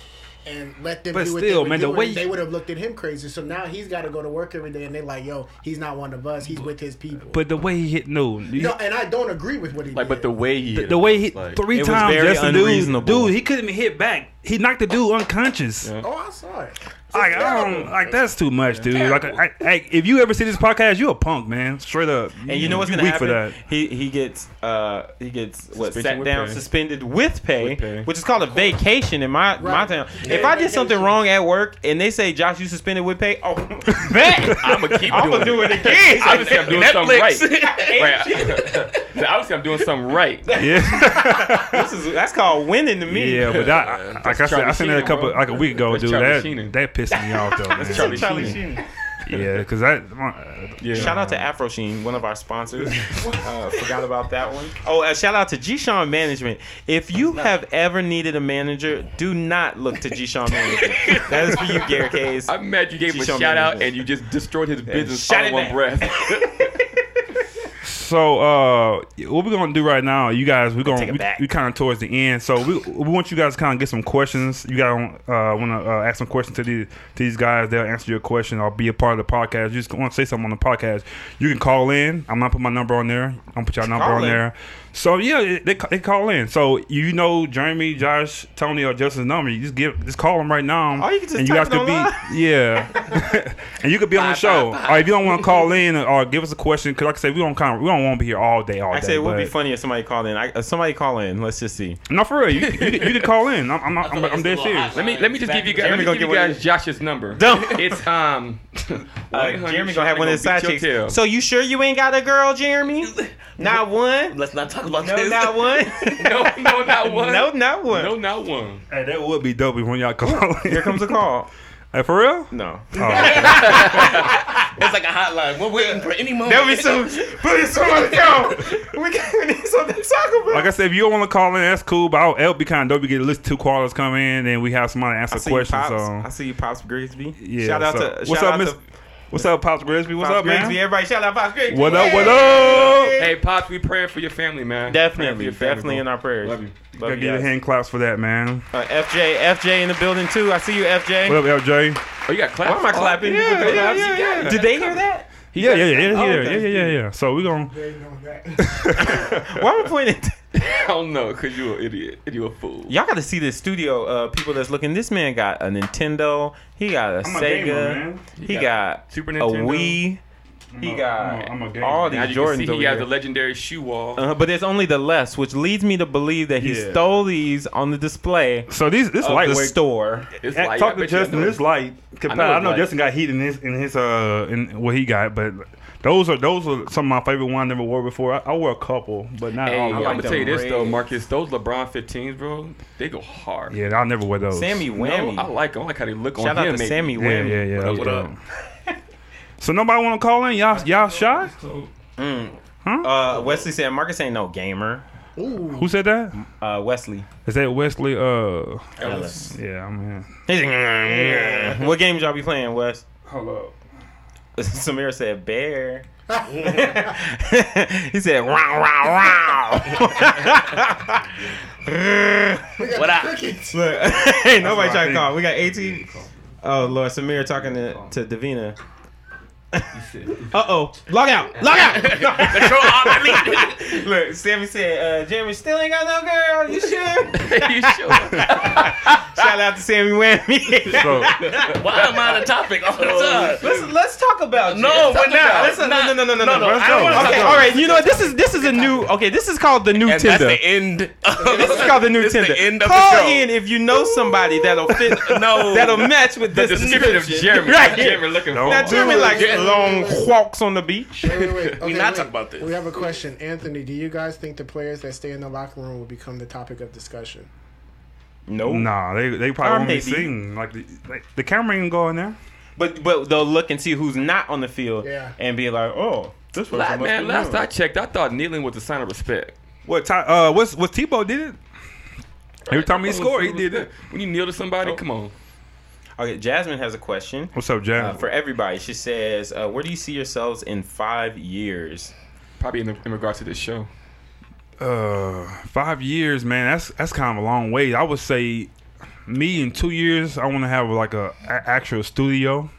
E: and let them
A: But
E: do what
A: still,
E: they were
A: man, the
E: doing,
A: way-
E: they would have looked at him crazy. So now he's got to go to work every day, and they're like, "Yo, he's not one of us. He's with his people."
A: But the way he hit, no,
E: no, and I don't agree with what he
C: Like,
E: did.
C: but the way he hit
A: the
C: him
A: way
C: was
A: he
C: like-
A: three
D: it was
A: times
D: very
A: just the dude,
D: unreasonable.
A: dude, he couldn't even hit back. He knocked the dude unconscious.
E: oh, I saw it.
A: Like I don't like that's too much, dude. Like, I, I, if you ever see this podcast, you a punk, man. Straight up.
D: and you know what's going to
A: weak
D: happen?
A: for that.
D: He he gets uh he gets what
C: Suspension
D: sat
C: with
D: down
C: pay.
D: suspended with pay,
C: With pay.
D: which is called a vacation in my my
E: Right.
D: town.
E: Yeah,
D: if I did something
E: vacation.
D: wrong at work and they say Josh you suspended with pay,
A: (laughs)
D: oh bet I'm gonna keep I'm gonna do it again.
C: Obviously, I'm doing something right.
D: Ain't
C: right. So obviously, I'm doing something right.
D: (laughs)
A: Yeah, (laughs)
D: This is that's called winning to me. (laughs)
A: yeah. But that, I- like I said, I
C: Charlie
A: seen that a
C: Sheen,
A: couple
C: bro.
A: like a week ago,
C: That's
A: dude.
C: Charlie
A: That
C: Sheen.
A: that pissed me off though. man.
C: Charlie Sheen.
A: Yeah, because that.
C: Yeah.
D: Shout out to Afro Sheen, one of our
C: (laughs)
D: sponsors. uh, forgot about that one. Oh, uh, shout out to G Sean Management. If you have ever needed a manager, do not look to G Sean Management. that is for you, Garrett Hayes.
C: I'm mad you gave him a
D: Keyshawn
C: shout out
D: Management.
C: and you just destroyed his business
D: shut
C: all
D: it
C: in
D: down. (laughs)
C: one breath.
A: So uh, what we're gonna do right now, you guys, we're gonna
D: Take it
A: we,
D: back.
A: we kind of towards the end. So we, we want you guys to kind of get some questions. You guys uh, want to uh, ask some questions to these to these guys. They'll answer your question or be a part of the podcast. You just want to say something on the podcast. You can call in. I'm not putting my number on there. I'm gonna put your number
D: Call
A: on
D: in.
A: there. So yeah, they, they call in. So you know Jeremy, Josh, Tony, or Justin's number. You just give just call them right now.
D: Or you can just
A: and you guys
D: type it
A: could
D: online.
A: be yeah, (laughs) and you could be on the show. Or if you don't want to call in or give us a question, because like I said, we don't kind of, we don't want to be here all day, all
D: I
A: day.
D: said it would be
A: but-
D: funny if somebody called in. I, uh, somebody call in. Let's just see.
A: No, for real, you, you, could- you can call in. I'm I'm,
D: (laughs)
A: not, I'm,
B: like
A: I'm
B: it's a
A: dead
B: little
A: serious.
B: hot.
C: let me let me just give you guys let
D: Jeremy
C: me
D: gonna
C: give you
D: get one
C: guys Josh's number.
D: Don't.
C: It's um.
D: (laughs) Uh, Jeremy gonna have one of his side chicks.
C: So
D: So you sure you ain't got a girl, Jeremy?
C: (laughs)
D: Not one.
B: (laughs) Let's not talk about
D: No,
B: this.
D: not one.
C: no, (laughs) no, not
D: (laughs)
C: one.
D: No, not one.
C: no, not one.
A: Hey, that would be dope if when y'all call. In.
D: Here comes a call.
A: Hey, for
D: (laughs)
A: real?
C: (laughs)
D: No.
A: Oh,
B: (laughs) It's like a hotline. We're waiting for any moment.
D: There'll be
B: (laughs)
D: some. Please, someone go. (laughs) We got- we need something to talk about.
A: like I said, if you don't want to call in, that's cool. But I'll, it'll be kind of dope. We get at least two callers come in, and we have somebody answer
D: I see
A: questions.
D: you, Pops. I
A: So
D: see you, Pops Grigsby.
A: yeah,
D: shout out
A: so-
D: to
A: what's
D: shout
A: up,
D: out
A: Miss?
D: to
A: What's up, Pops Grisby? What's
D: Pops
A: up, man?
D: Grigsby. Everybody, shout out Pops Grigsby.
A: What up? What up?
C: Hey, pops, we praying for your family, man. Praying for
D: Definitely,
C: your family,
D: definitely
C: bro.
D: in our prayers.
C: Love you.
D: Love
A: Gotta
D: you
A: give you
D: guys.
A: hand claps for that, man.
D: Uh, FJ, FJ in the building too. I see you, FJ.
A: What up, LJ?
C: Oh, you got claps.
D: Why am I clapping?
C: Oh, yeah,
D: People
C: yeah,
D: clap.
C: yeah, yeah,
D: Did they hear that?
A: Yeah, yeah, yeah, yeah,
D: Oh,
A: yeah,
D: okay.
A: yeah, yeah, yeah. So we're gonna.
E: There you go with that.
D: Why
A: (laughs)
D: am I pointing?
C: I don't know, cause you an idiot. You a fool.
D: Y'all got to see this studio. Uh, people that's looking. This man got a Nintendo. He got a
A: I'm a
D: Sega.
A: gamer, man.
D: He got
C: Super
D: a
C: Nintendo.
D: Wii. He
A: I'm
D: got
A: a- I'm a gamer.
D: all
C: Now
D: these
C: you
D: Jordans
C: can see
D: over
C: he has
D: here.
C: the legendary shoe wall.
D: Uh, but there's only the less, which leads me to believe that he
A: Yeah.
D: stole these on the display
A: So these this
D: of the
A: lightweight
D: store.
C: It's
A: At-
C: light. I
A: talk to
C: bet you
A: Justin.
C: that's
A: It's light. I know,
C: know
A: I
C: it's
A: know
C: light.
A: Justin got heat in his in his uh in what he got, but those are those are some of my favorite ones I never wore before. I, I wore a couple, but not
C: Hey,
A: all.
C: I'm
A: of
C: gonna
A: them.
D: like
C: tell you
D: them
C: this though,
D: reds.
C: Marcus. Those LeBron 15s, bro, they go hard.
A: Yeah, I'll never wear those.
D: Sammy
C: No,
D: Whammy.
C: I like them. I like how they look
D: Shout
C: on
D: out
C: him.
D: to
C: maybe. (laughs)
D: Sammy
A: Yeah,
D: Whammy.
A: yeah, yeah. those
B: what up?
A: dope. (laughs) so nobody want to call in? Y'all, y'all shy?
D: Uh, Wesley said Marcus ain't no gamer.
E: Ooh.
A: Who said that?
D: Uh, Wesley.
A: Is that Wesley? Uh,
D: Ellis.
A: yeah, I'm here.
D: He's like, "Mm, yeah." What games y'all be playing, Wes? (laughs)
A: Hold up.
D: Samir said bear. (laughs) he said wow wow wow. (laughs) what up? Look, (laughs) ain't nobody
A: I
D: trying to
A: think.
D: call. We got 18. Oh Lord, Samir talking to, to Davina. (laughs) Uh oh, log out, log out.
B: (laughs) Control Alt Delete.
D: Look, Sammy said, uh, Jeremy still ain't got no girl. You
B: (laughs)
D: sure?
C: you sure?
D: Shout out to Sammy
B: (laughs)
D: Whammy.
A: So, (laughs)
B: Why am I on the topic all
D: Oh,
B: the time?
D: let's let's talk about
B: No, we're not.
D: Let's, no, no, no, no, no, no.
A: let's
B: I
A: go.
B: don't wanna
A: Let's
B: talk
D: Okay,
A: go.
D: all right. You know what? This is this is a new. Okay, this is called the new
B: And that's
D: Tinder.
B: the end.
D: (laughs) this is called the new
B: this
D: Tinder.
B: The end of
D: Call
B: the show.
D: in if you know somebody that'll fit.
B: (laughs) No.
D: that'll match with this
C: Description of Jeremy.
D: Right.
C: Jeremy looking
A: No.
C: for.
D: Now Jeremy likes
B: Yeah.
D: long walks on the beach.
E: Wait, wait, wait. Okay,
B: not
E: wait.
B: talking about this.
E: We have a question, Anthony. Do you guys think the players that stay in the locker room will become the topic of discussion?
D: No,
A: nah, they they probably
D: Or
A: won't be
D: maybe.
A: seen. Like the, like, the camera ain't going there.
D: but but they'll look and see who's not on the field
E: Yeah.
D: and be like, oh, this person must
C: Last, man,
D: be
C: last
D: new.
C: I checked, I thought kneeling was a sign of respect.
A: What? Ty, uh, what's what Tebow did it? Every time he
C: That was-
A: scored, he
C: that
A: did
C: was-
A: it.
C: When you kneel to somebody, come on.
D: Okay, Jasmine has a question.
A: What's up,
D: Uh,
A: Jam?
D: for everybody, she says, uh, "Where do you see yourselves in five years?"
C: Probably in, the, in regards to this show.
A: Uh, five years, man. That's that's kind of a long way. I would say, me in two years, I want to have like a, a- actual studio.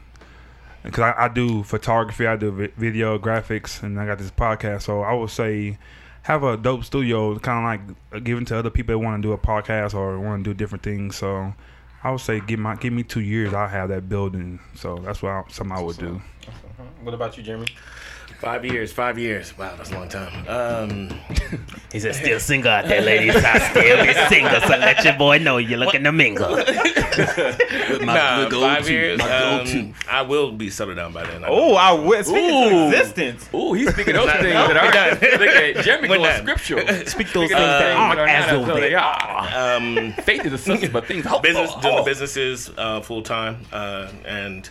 A: Because I, I do photography, I do vi- video graphics, and I got this podcast. So I would say, have a dope studio, kind of like given to other people that want to do a podcast or want to do different things. So I would say, give my give me two years, I'll have that building. So that's what I, something I would do.
D: What about you, Jeremy?
B: Five years, five years. Wow, that's a long time. Um,
F: He said, still single out there, ladies. I still be single, so let your boy know you're looking to mingle.
B: nah, five
C: good go-to,
B: years.
C: my go-to.
B: Um, I will be settled down by then. I
D: Oh,
B: know.
D: I would. Speaking
C: Ooh.
D: to existence,
C: Ooh, he's speaking those
B: Not-
C: things
B: no,
C: that are
B: we're done.
C: (laughs) Look at Jeremy
B: We're
C: going
B: done.
C: scriptural.
F: Speak those things
C: Speaking of
F: that
C: things
F: aren't
C: that are
F: as
C: not
F: though they
C: are.
B: um,
C: (laughs) Faith is a substance, but things
D: (laughs)
C: hope
B: business
C: for.
B: doing
C: Oh.
B: the
C: (laughs)
B: businesses uh, full time uh, and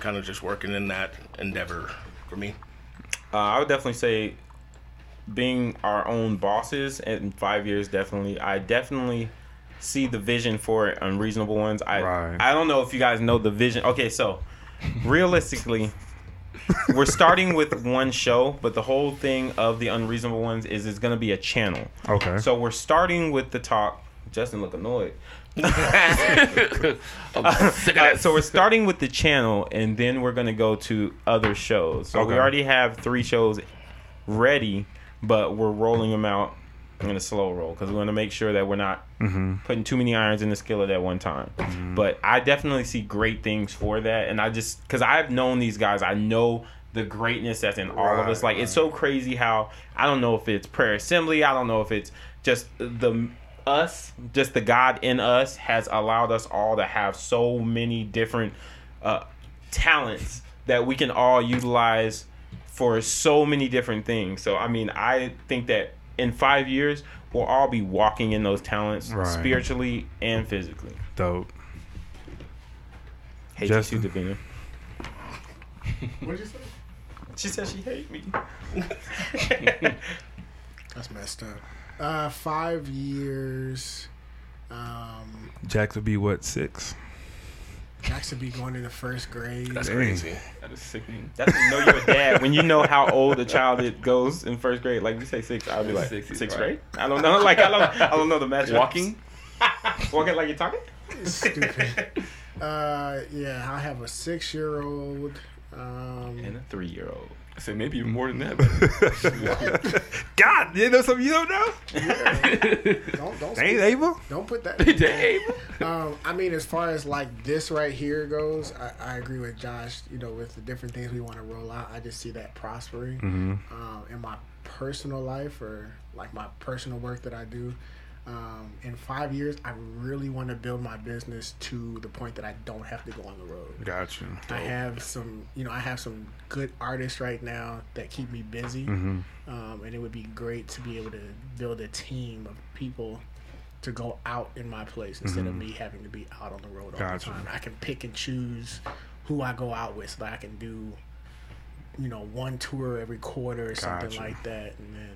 B: kind of just working in that endeavor for me.
D: uh, I would definitely say being our own bosses in five years. Definitely, I definitely see the vision for unreasonable ones. I
A: Right.
D: I don't know if you guys know the vision. Okay, so realistically. We're starting with one show, but the whole thing of the unreasonable ones is it's going to be a channel.
A: Okay.
D: So we're starting with the talk. Justin look annoyed.
C: I'm sick of
D: Uh, (laughs)
C: that. (laughs)
D: so we're starting with the channel, and then we're gonna go to other shows. So we
A: Okay.
D: already have three shows ready, but we're rolling them out in a slow roll because we want to make sure that we're not putting too many irons in the skillet at one time.
A: Mm-hmm.
D: But I definitely see great things for that, and I just because I've known these guys, I know the greatness that's in all of
A: Right,
D: us. Like it's so crazy how I don't know if it's prayer assembly, I don't know if it's just the us, just the God in us has allowed us all to have so many different uh, talents that we can all utilize for so many different things. So I mean, I think that in five years we'll all be walking in those talents
A: Right.
D: spiritually and physically.
A: Dope.
D: Hate
A: Justin.
D: you too,
A: (laughs)
D: Davina.
E: What did you say?
D: She said she hate me.
E: That's messed up. Uh, five years. Um,
A: Jax would be what six?
E: Jackson be going into first grade.
B: That's
A: Dang.
B: crazy.
C: That is sickening.
D: That's when you know you're a dad when you know how old a child it goes in first grade. Like you say six, I'll be like
C: Six is
D: sixth grade.
C: right.
D: I don't know. (laughs) Like I don't, I don't know the match.
C: Walking?
D: (laughs) walking like you're talking.
E: Stupid. Uh, yeah, I have a six-year-old. Um,
D: And a three year old.
C: I said maybe even more than that. But
A: (laughs) God, you know something you don't know?
E: don't don't
A: Ain't
E: speak-
A: Ava?
E: don't put that.
C: Dave,
E: Um, I mean, as far as like this right here goes, I, I agree with Josh. You know, with the different things we want to roll out, I just see that prospering um, in my personal life or like my personal work that I do. Um, in five years, I really want to build my business to the point that I don't have to go on the road.
A: Gotcha.
E: I have some, you know, I have some good artists right now that keep me busy,
A: Mm-hmm.
E: um, and it would be great to be able to build a team of people to go out in my place instead of me having to be out on the road all
A: Mm-hmm. Gotcha.
E: the time. I can pick and choose who I go out with, so that I can do, you know, one tour every quarter or something
A: Gotcha.
E: like that, and then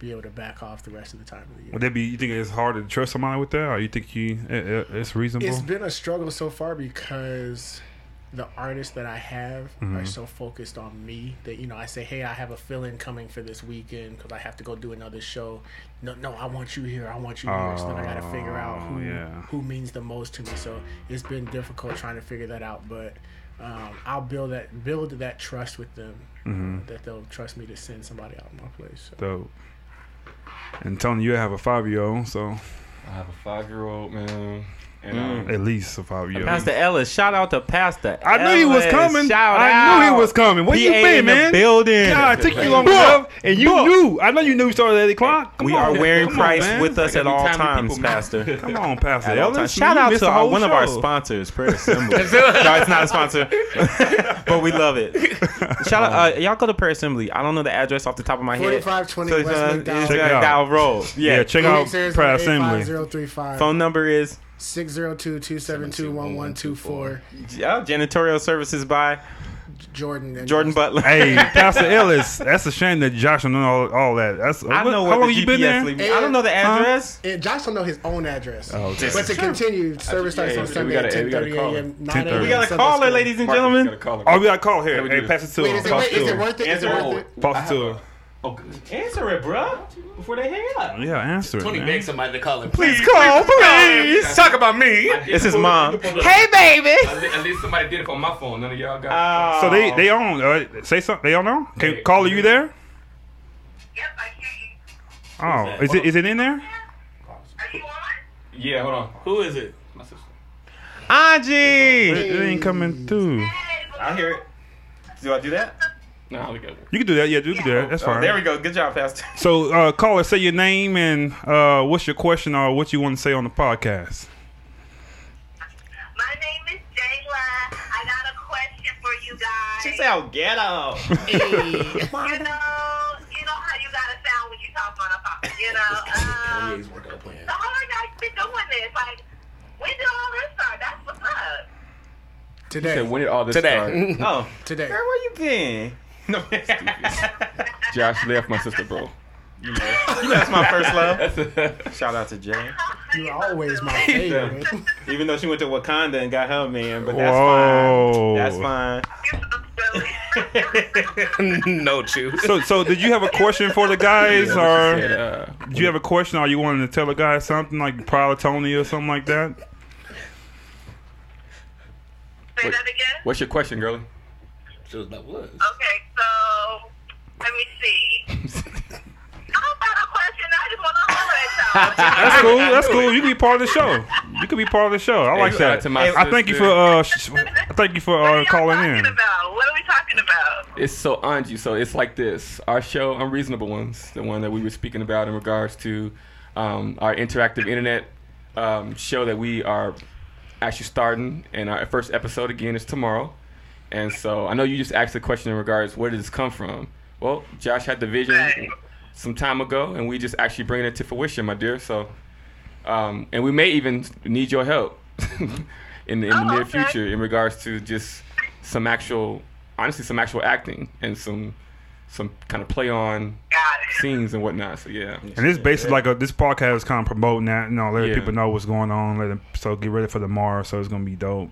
E: be able to back off the rest of the time of the year.
A: Would that be? You think it's hard to trust somebody with that, or you think you it, it- it's reasonable?
E: It's been a struggle so far because the artists that I have
A: Mm-hmm.
E: are so focused on me that you know I say, hey, I have a fill-in coming for this weekend because I have to go do another show. No, no, I want you here. I want you here. so then I got to figure out
A: Oh,
E: who
A: yeah.
E: who means the most to me. So it's been difficult trying to figure that out, but. Um, I'll build that build that trust with them uh,
A: Mm-hmm.
E: that they'll trust me to send somebody out my place. So.
A: Dope. And Tony, you have a five year old, so
C: I have a five year old man, and um,
A: at least a five year old.
D: Pastor Ellis, shout out to Pastor.
A: I knew he was
D: Ellis.
A: coming.
D: Shout
A: I
D: out.
A: knew he was coming. What you
D: PA
A: been,
D: in the
A: man?
D: building.
A: God, it took you long enough, and you knew. I know you knew we started at eight o'clock. Come
D: we
A: on.
D: are wearing
A: Come on,
D: Christ
A: man.
D: with us at
C: Gotta be
D: all
C: timely
D: times,
C: people,
D: (laughs)
C: man.
D: Pastor.
A: Come on, Pastor
D: At all
A: Ellis.
D: times. Shout
A: You
D: out
A: missed
D: to
A: the
D: our,
A: whole
D: one of our
A: show.
D: sponsors, Prayer Assembly. no, it's not a sponsor, (laughs) but we
A: (laughs)
D: love it. Shout
A: Uh-huh.
D: out, uh, y'all go to Prayer Assembly. I don't know the address off the top of my head.
E: 4520
D: So it's,
E: West
D: uh,
E: McDowell.
D: it's
A: Check it
D: uh,
A: out.
D: Dow Road.
A: Yeah,
D: Yeah.
A: check out Prayer Assembly.
E: 5035.
D: Phone number is
E: 602-272-1124
D: yeah, janitorial services by
E: Jordan and
D: Jordan Butler.
A: Hey, Pastor Ellis, that's a shame that Josh don't know all, all that. That's
D: I
A: what-
D: know
A: how
D: what
A: long
D: the
A: you
D: GPS
A: been there.
D: lead me. I don't know the
A: Huh?
D: address.
E: And Josh don't know his own address.
A: Oh, okay.
E: But to continue, service
C: yeah,
E: starts
C: yeah,
E: on
C: we
E: Sunday
C: gotta-
E: at
C: we gotta
E: 10.30
C: call her.
E: a.m. 9 a.m.
D: We got to
E: Sunday
D: call her,
E: school.
D: ladies and
C: Marcus, you gotta
D: gentlemen.
C: call her.
A: Oh, we gotta call here.
C: How we
A: Hey,
C: do
A: pass it to
E: Wait,
A: him.
E: is it,
A: Pass it
E: wait, is
A: to
E: it
A: him.
E: worth it? Is it
C: Answer
E: worth it?
C: all.
A: Pass it to him.
B: Oh, good.
D: Answer it, bro. Before they hang up.
A: Yeah, answer it.
B: Tony
A: man.
B: begged somebody to call him.
D: Please call, please.
C: Talk about me.
D: It's his mom.
C: Hey.
D: baby.
C: At least somebody did it on my phone. None of y'all got.
D: Oh.
A: So they they on uh, say something. They on now. Can
C: Hey.
A: call you there?
G: Yep, I hear you.
A: Oh,
B: that?
A: is it is it in there?
G: Are you on?
C: yeah, hold on.
B: Who is it?
C: My sister.
A: It,
D: Angie.
A: it ain't coming through.
D: I hear it. Do I do that?
C: Nah, we got it.
A: You can do that. Yeah, you can do that. That's
D: Oh, there
A: fine.
D: we go. Good job, Pastor. (laughs)
A: So uh, caller, say your name and uh, what's your question or what you want to say on the podcast.
G: My name is Jayla. I got a question for you guys.
D: She said, "Oh, ghetto.
C: (laughs)
G: you know, you know how you gotta sound when you talk on a pop.
D: (laughs)
G: You know, um,
B: Kanye's workout plan.
G: so how long y'all been doing this? Like, when did all this start? That's what's up.
E: Today.
C: when did all this
B: Today.
D: (laughs)
C: start?
D: Oh,
E: Today.
D: girl, where you been? (laughs) No,
C: Josh left my sister, bro.
D: that's my first love.
C: (laughs) That's
D: Shout out to Jay.
E: You're always
D: (laughs)
E: my favorite.
D: Even though she went to Wakanda and got her man, but that's
A: Whoa.
D: fine. That's fine.
B: no, chew.
A: So so did you have a question for the guys or
C: uh,
A: do you have a question or you wanted to tell the guys something like proud of Tony or something like that?
G: Say that again.
C: what's your question, girlie?
B: She was like, what?
G: Okay, so let me
D: (laughs)
G: see. I don't got a question. I just want to holler at y'all.
D: (laughs)
A: That's cool. That's cool. You can be part of the show. You can be part of the show. I like
C: shout
A: that.
C: out to my
A: I thank you for
C: sister.
A: uh, sh- I thank you for
G: What are
A: uh,
G: y'all
A: calling
G: talking
A: in.
G: about? What are we talking about?
C: It's so Anji. So it's like this. Our show, Unreasonable Ones, the one that we were speaking about in regards to um, our interactive internet um, show that we are actually starting, and our first episode again is tomorrow. And so I know you just asked the question in regards where did this come from? Well, Josh had the vision
G: Right.
C: some time ago, and we just actually bringing it to fruition, my dear. So, um, and we may even need your help (laughs) in, in the
G: Oh,
C: near
G: okay.
C: future in regards to just some actual, honestly, some actual acting and some some kind of play on
G: Got it.
C: scenes and whatnot. So yeah,
A: And this basically like a, this podcast is kind of promoting that, you know, letting
C: Yeah.
A: people know what's going on. Let them, so get ready for tomorrow. So it's gonna be dope.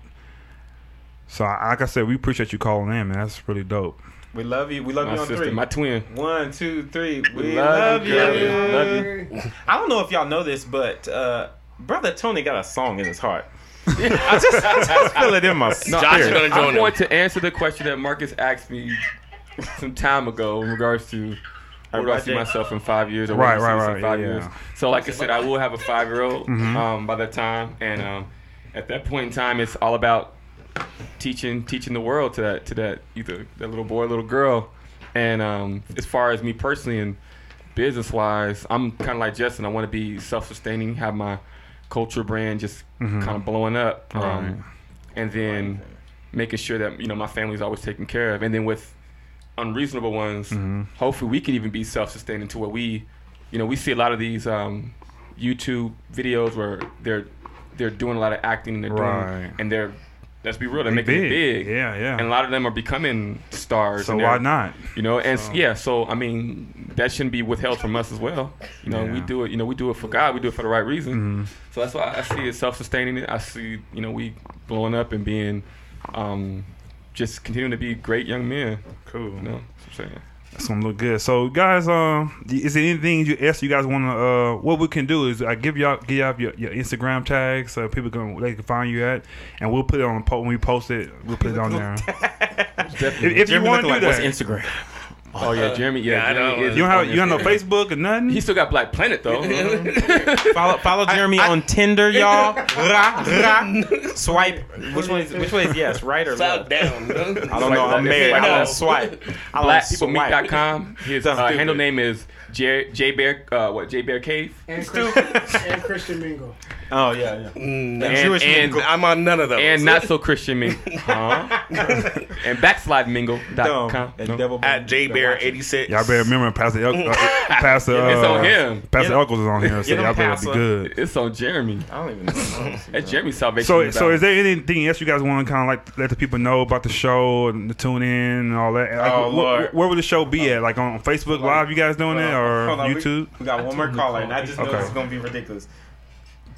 A: So I- like I said, we appreciate you calling in, man. That's really dope.
D: We love you. We love
C: my
D: you on
C: sister,
D: three.
C: my twin.
D: One, two, three. We,
C: love
D: love,
C: you,
D: you.
C: girl. Love
D: I don't know if y'all know this, but uh, brother Tony got a song in his
C: (laughs)
D: heart. I just, I just feel it in my
C: No,
D: spirit.
C: I,
B: is gonna join
C: I
B: him.
C: want to answer the question that Marcus asked me some time ago in regards to where do I see
D: Alright,
C: myself in five years or
A: Right,
C: where do I
A: right,
C: see us in
A: right,
C: five
A: yeah,
C: years.
A: yeah. Mm-hmm.
C: So, like I said, I will have a five year old um, by that time, and um, at that point in time, it's all about teaching teaching the world to that to that either that little boy, little girl. And um, as far as me personally and business wise, I'm kind of like Justin. I want to be self sustaining, have my culture brand just kind of blowing up, um,
A: Mm-hmm. Right.
C: and then making sure that you know my family's always taken care of. And then with unreasonable ones,
A: Mm-hmm.
C: hopefully we can even be self sustaining to where we, you know, we see a lot of these um, YouTube videos where they're they're doing a lot of acting and they're
A: Right.
C: doing and they're let's be real, they're
A: They
C: making it big.
A: Yeah, yeah.
C: And a lot of them are becoming stars.
A: so
C: and they're-
A: why not?
C: You know, and s yeah, so I mean, that shouldn't be withheld from us as well. You know, we
A: Yeah. Mm-hmm.
C: do it. You know, we do it for God. We do it for the right reason. So that's why I see it self-sustaining. I see, you know, we blowing up and being, um, just continuing to be great young men.
A: Cool.
C: You know, that's what I'm saying.
A: That's gonna look good. So, guys, um, is there anything you else you guys want to? Uh, what we can do is I give y'all give y'all your, your Instagram tags so people can they can find you at, and we'll put it on the po- when we post it. We'll put it on there. if if you
D: Jeremy
A: want to
D: looking
A: do
D: like,
A: that,
D: what's Instagram?
C: Oh yeah, Jeremy. Yeah,
B: yeah, I
C: Jeremy
B: know.
C: is
A: you don't have
C: on
A: you have no
C: Instagram.
A: Facebook or nothing.
C: He still got Black Planet
B: (laughs)
C: though.
D: Follow, follow Jeremy on Tinder, (laughs) y'all. Rah, rah. Swipe. Which one is which one is yes, right or left?
B: Cloud down. no?
D: I don't know. I'm married. I don't swipe. I don't swipe.
C: Blackpeoplemeet.com. His uh,
D: Stupid.
C: handle name is J, J Bear. Uh, what J Bear Cave.
E: (laughs) And Christian, (laughs) and Christian Mingle.
D: Oh yeah, yeah.
B: Mm,
C: And-
D: Jewish
C: and-
D: mingle.
B: I'm on none of those.
C: and not so Christian (laughs) Mingle. Huh? and backslidemingle.com.
D: Dumb. And devil.
B: at jbear86.
A: Y'all better remember Pastor El- uh, Pastor. Uh,
C: It's on him.
A: Pastor
D: Get-
A: Uncles is on here, so
D: get him,
A: y'all better
D: Pastor.
A: be good.
C: It's on Jeremy.
D: I don't even know. (laughs)
C: That's Jeremy's salvation.
A: So,
C: is
A: so
C: out.
A: is there anything else you guys want to kind of like let the people know about the show and to tune in and all that? Like,
D: Oh,
A: wh- wh-
D: Lord. Uh,
A: where would the show be at? Like on Facebook Live, you guys doing it or
D: Hold on, we-
A: YouTube?
D: We got one more caller, and I just know
A: Okay.
D: this is gonna be ridiculous.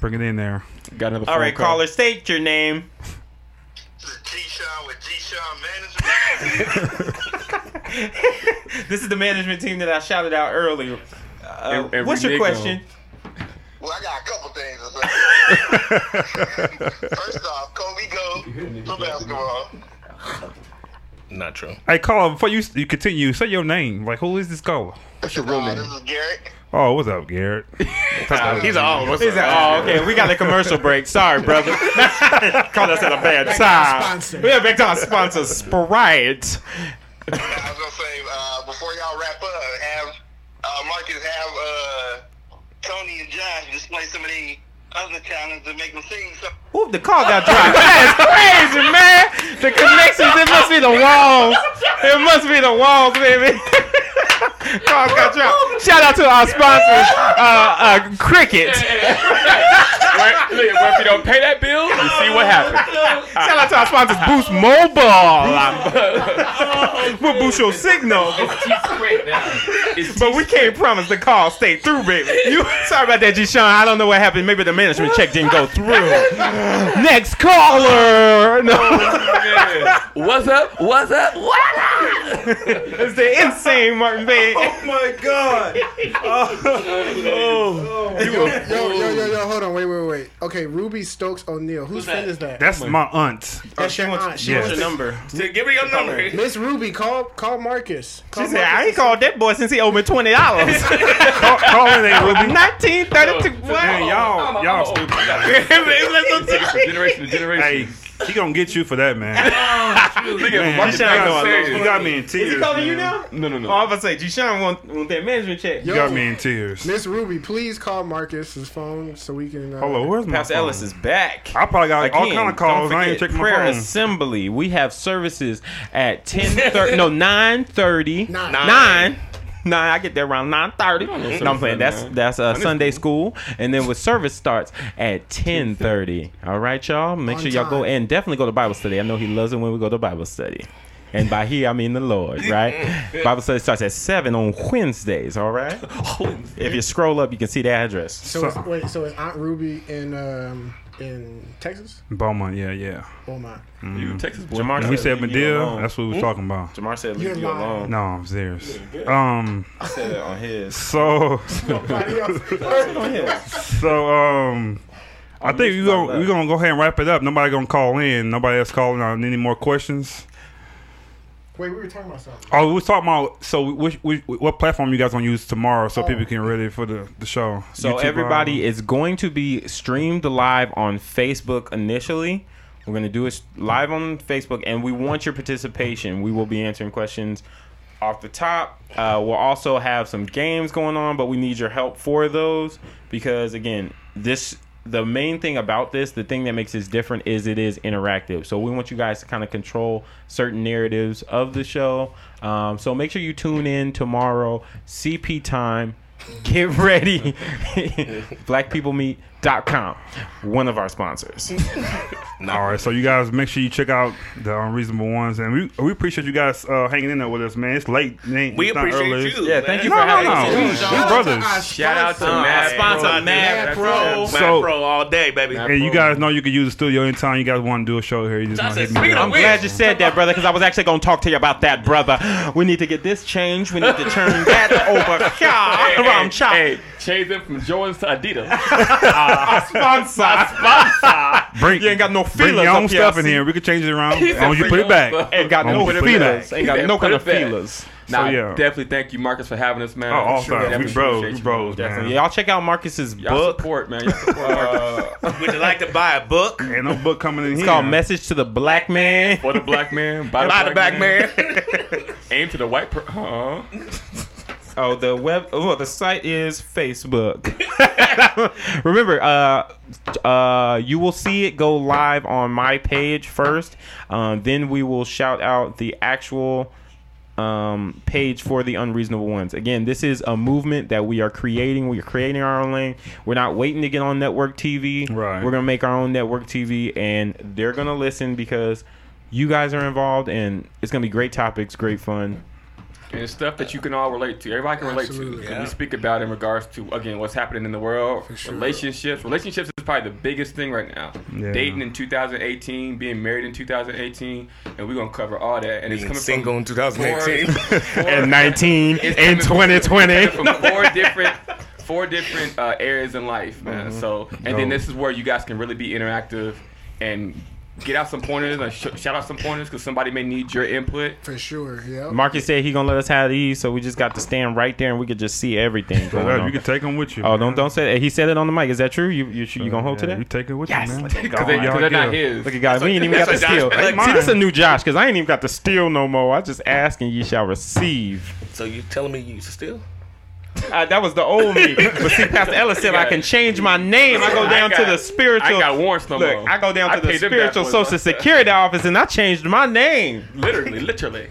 A: Bring it in there.
C: got another
D: All right,
C: phone call.
D: caller, state your name.
G: G-Shaw with G-Shaw (laughs) Management.
D: (laughs) This is the management team that I shouted out earlier. Uh,
C: And- and
D: what's your question?
C: Renegade
G: well, I got a couple things to say. First off, Kobe Go for basketball.
B: Not true.
A: Hey, caller, before you you continue, say your name. Like, who is this caller?
G: What's your real name? Uh, This is Garrett.
A: Oh, what's up,
D: (laughs)
A: Garrett?
B: He's all. What's
D: He's like, oh, okay, we got a commercial break. Sorry, (laughs) brother. Called us at a bad
E: our
D: time.
E: sponsor.
D: We have back to our sponsor, Sprite.
G: I was gonna say uh, before y'all wrap up, have uh, Marcus have uh, Tony and Josh display some of the other talents and make them sing. So
D: Ooh, the call got dropped. (laughs) That is crazy, man. The connections, it must be the (laughs) walls. It must be the walls, baby. (laughs) call got dropped. Shout out to our sponsors, uh, uh, (laughs) Cricket.
C: Where, (laughs) look, where if you don't pay that bill, you see (laughs) what happens.
D: Shout out to our sponsors,
A: (laughs)
D: Boost Mobile. we'll boost your signal, but we can't promise the call stay through, baby. You sorry about that, G. Sean. I don't know what happened. Maybe the management check didn't go through. Next caller. No,
C: What's up? What's up? What up?
D: it's the insane Martin Bay.
A: my God!
E: Yo, yo, yo, yo, yo, hold on, wait, wait, wait. Okay, Ruby Stokes O'Neal. Whose friend is that?
A: That's my aunt.
E: That's your aunt. She
A: yes.
E: wants to-
D: number.
B: Give her your number.
E: Miss Ruby, call call Marcus. Call
D: She said, "I ain't
E: Marcus.
D: called that boy since he owed me twenty dollars. (laughs)
A: Call, call in, there, Ruby.
D: Nineteen thirty-two.
A: Man, y'all, y'all stupid.
C: Generation to generation.
A: Hey, she gonna get you for that,
D: (laughs)
A: man.
C: Look at
A: Man,
C: Marcus
A: you
D: Brown
A: got-
D: serious.
A: you got me in tears.
D: Is he calling you
A: man.
D: now?
C: No, no,
D: Oh, I was
C: no.
D: about to say, G. Sean want, want that management check.
A: You got me in tears.
E: Miss Ruby, please call Marcus's phone so we can. Uh,
A: Hello, where's my
D: Pastor
A: phone?
D: Ellis is back.
A: I probably got all
D: Again,
A: kind of calls.
D: don't
A: I ain't
D: forget,
A: checked my
D: prayer
A: phone.
D: assembly. We have services at ten thirty. no, nine thirty.
E: Nine.
D: Nine. Nine. I get there around nine thirty.
C: don't know
D: No, I'm
C: service
D: playing.
C: at
D: That's
C: nine.
D: that's uh, Sunday school, and then with service starts at ten thirty. All right, y'all. Make
E: On
D: sure y'all go
E: time.
D: and definitely go to Bible study. I know he loves it when we go to Bible study. And by he, I mean the Lord, right? Bible study starts at 7 on Wednesdays, all right? If you scroll up, you can see the address.
E: So, it's, wait, so is Aunt Ruby in um in Texas?
A: Beaumont, yeah, yeah.
E: Oh my.
C: You Texas boy.
D: Jamar
A: We said
D: leave you
A: Medea.
D: alone.
A: That's what we was talking about.
D: Jamar said,
E: You're
D: leave you
E: lying.
D: alone.
A: No, I'm serious. Um,
D: I said it on his.
A: so, (laughs)
E: (laughs)
A: so, um, I think we gonna we gonna go ahead and wrap it up. Nobody gonna call in. Nobody else calling on any more questions.
E: Wait, we were talking about something.
A: Oh, we was talking about so which, which, what platform you guys gonna use tomorrow so
E: Oh.
A: people can ready for the, the show.
D: So
A: YouTube,
D: everybody
A: uh,
D: is going to be streamed live on Facebook initially. We're going to do it live on Facebook, and we want your participation. We will be answering questions off the top. Uh, we'll also have some games going on, but we need your help for those because again, this the main thing about this, the thing that makes this different is it is interactive. So we want you guys to kind of control certain narratives of the show. Um, so make sure you tune in tomorrow, CP time. Get ready. Black people meet com, one of our sponsors.
A: um, All right, so you guys make sure you check out the unreasonable ones, and we, we appreciate you guys uh, hanging in there with us, man. It's late, it ain't-
B: We
A: it's not
B: appreciate
A: early.
B: you.
C: Yeah,
B: man.
C: thank you
A: No,
C: for
A: no,
C: having
A: no,
C: us.
A: we, we
E: Shout out to
A: brothers.
E: our
C: Shout out to
E: sponsor.
C: Mad
D: sponsor
C: Pro.
D: Mad
C: That's
E: Pro.
C: it.
B: Mad
A: So-
B: Pro all day, baby.
C: Mad
A: And you guys know you can use the studio anytime you guys want to do a show here. You just
B: Johnson,
A: want to hit me.
B: speaking
A: up.
D: I'm glad you said that, brother, because I was actually going to talk to you about that, brother. We need to get this changed. We need to turn that over. God, I'm
C: Hey,
D: chopped.
C: change them from Jordans to
A: (laughs)
C: Adidas.
D: Sponsor.
A: Bring,
D: You ain't got no
A: bring
D: feelers
A: your own
D: up
A: stuff
D: here.
A: in here. We can change it around.
C: He said,
A: As you put
C: "Bring your
A: it
C: own
A: back.
C: stuff."
D: Ain't got
A: Don't
D: no
A: put it
D: feelers.
A: back.
D: Ain't got
C: Yeah,
D: no
C: put
D: kind of
C: it back.
D: feelers.
C: Nah,
A: yeah.
C: definitely thank you, Marcus, for having us, man.
A: Oh, all
C: Sure,
A: time.
C: definitely
A: We bros.
C: appreciate
A: We
C: you.
A: bros, man.
D: Y'all check out Marcus's
C: Y'all
D: book.
C: support, man. Y'all support
B: (laughs)
C: Marcus.
B: Would you like to buy a book?
A: Ain't no book coming in
D: It's
A: here. (laughs)
D: called Message to the Black Man.
C: For the black man, by the,
B: Buy the black man.
D: (laughs)
C: aim to the white per- huh?
D: Oh, the web. Oh, the site is Facebook. (laughs) Remember, uh, uh, you will see it go live on my page first. Um, then we will shout out the actual um, page for the unreasonable ones. Again, this is a movement that we are creating. We are creating our own lane. We're not waiting to get on network TV.
A: Right.
D: We're gonna make our own network TV, and they're gonna listen because you guys are involved, and it's gonna be great topics, great fun.
C: and it's stuff that you can all relate to. Everybody can relate
E: Absolutely,
C: to. 'Cause
B: yeah.
C: We speak about in regards to again what's happening in the world,
E: sure.
C: relationships. Relationships is probably the biggest thing right now.
A: Yeah.
C: Dating in 2018, being married in 2018, and we're gonna cover all that. And it's coming
B: Single in
C: from four,
B: 2018.
C: four-
D: And 19
C: it's
D: and
C: coming from-
D: 2020.
C: it's coming from four different four different uh, areas in life, man.
D: Mm-hmm.
C: So and then
A: Dope.
C: this is where you guys can really be interactive and get out some pointers and sh- shout out some pointers because somebody may need your input.
E: For sure. Yeah.
D: Marcus said he gonna let us have these, so we just got to stand right there and we could just see everything going
A: Yeah, You
D: on.
A: can take them with you.
D: Oh,
A: man.
D: don't don't say that. He said it on the mic. Is that true? You you, you gonna hold
A: Yeah,
D: to
A: You
D: that?
A: take it with you, man.
C: Because they,
A: Y'all
C: are not
A: give.
C: his.
D: Look at guys, we ain't even got the
B: that's what
D: steal.
B: Josh-
A: Like
D: See,
A: mine.
D: this a new Josh because I ain't even got the steal no more. I just ask and ye shall receive.
B: (laughs) so you telling me you still?
D: Uh, that was the old me. (laughs) But see, Pastor Ellis said I can change my name. I go down
C: I
D: to
C: got-
D: the spiritual.
C: I got warrants no
D: Look,
C: more.
D: I go down to
C: I
D: the
C: paid them back
D: spiritual
C: for it,
D: social
C: bro.
D: security office and I changed my name.
C: literally, literally.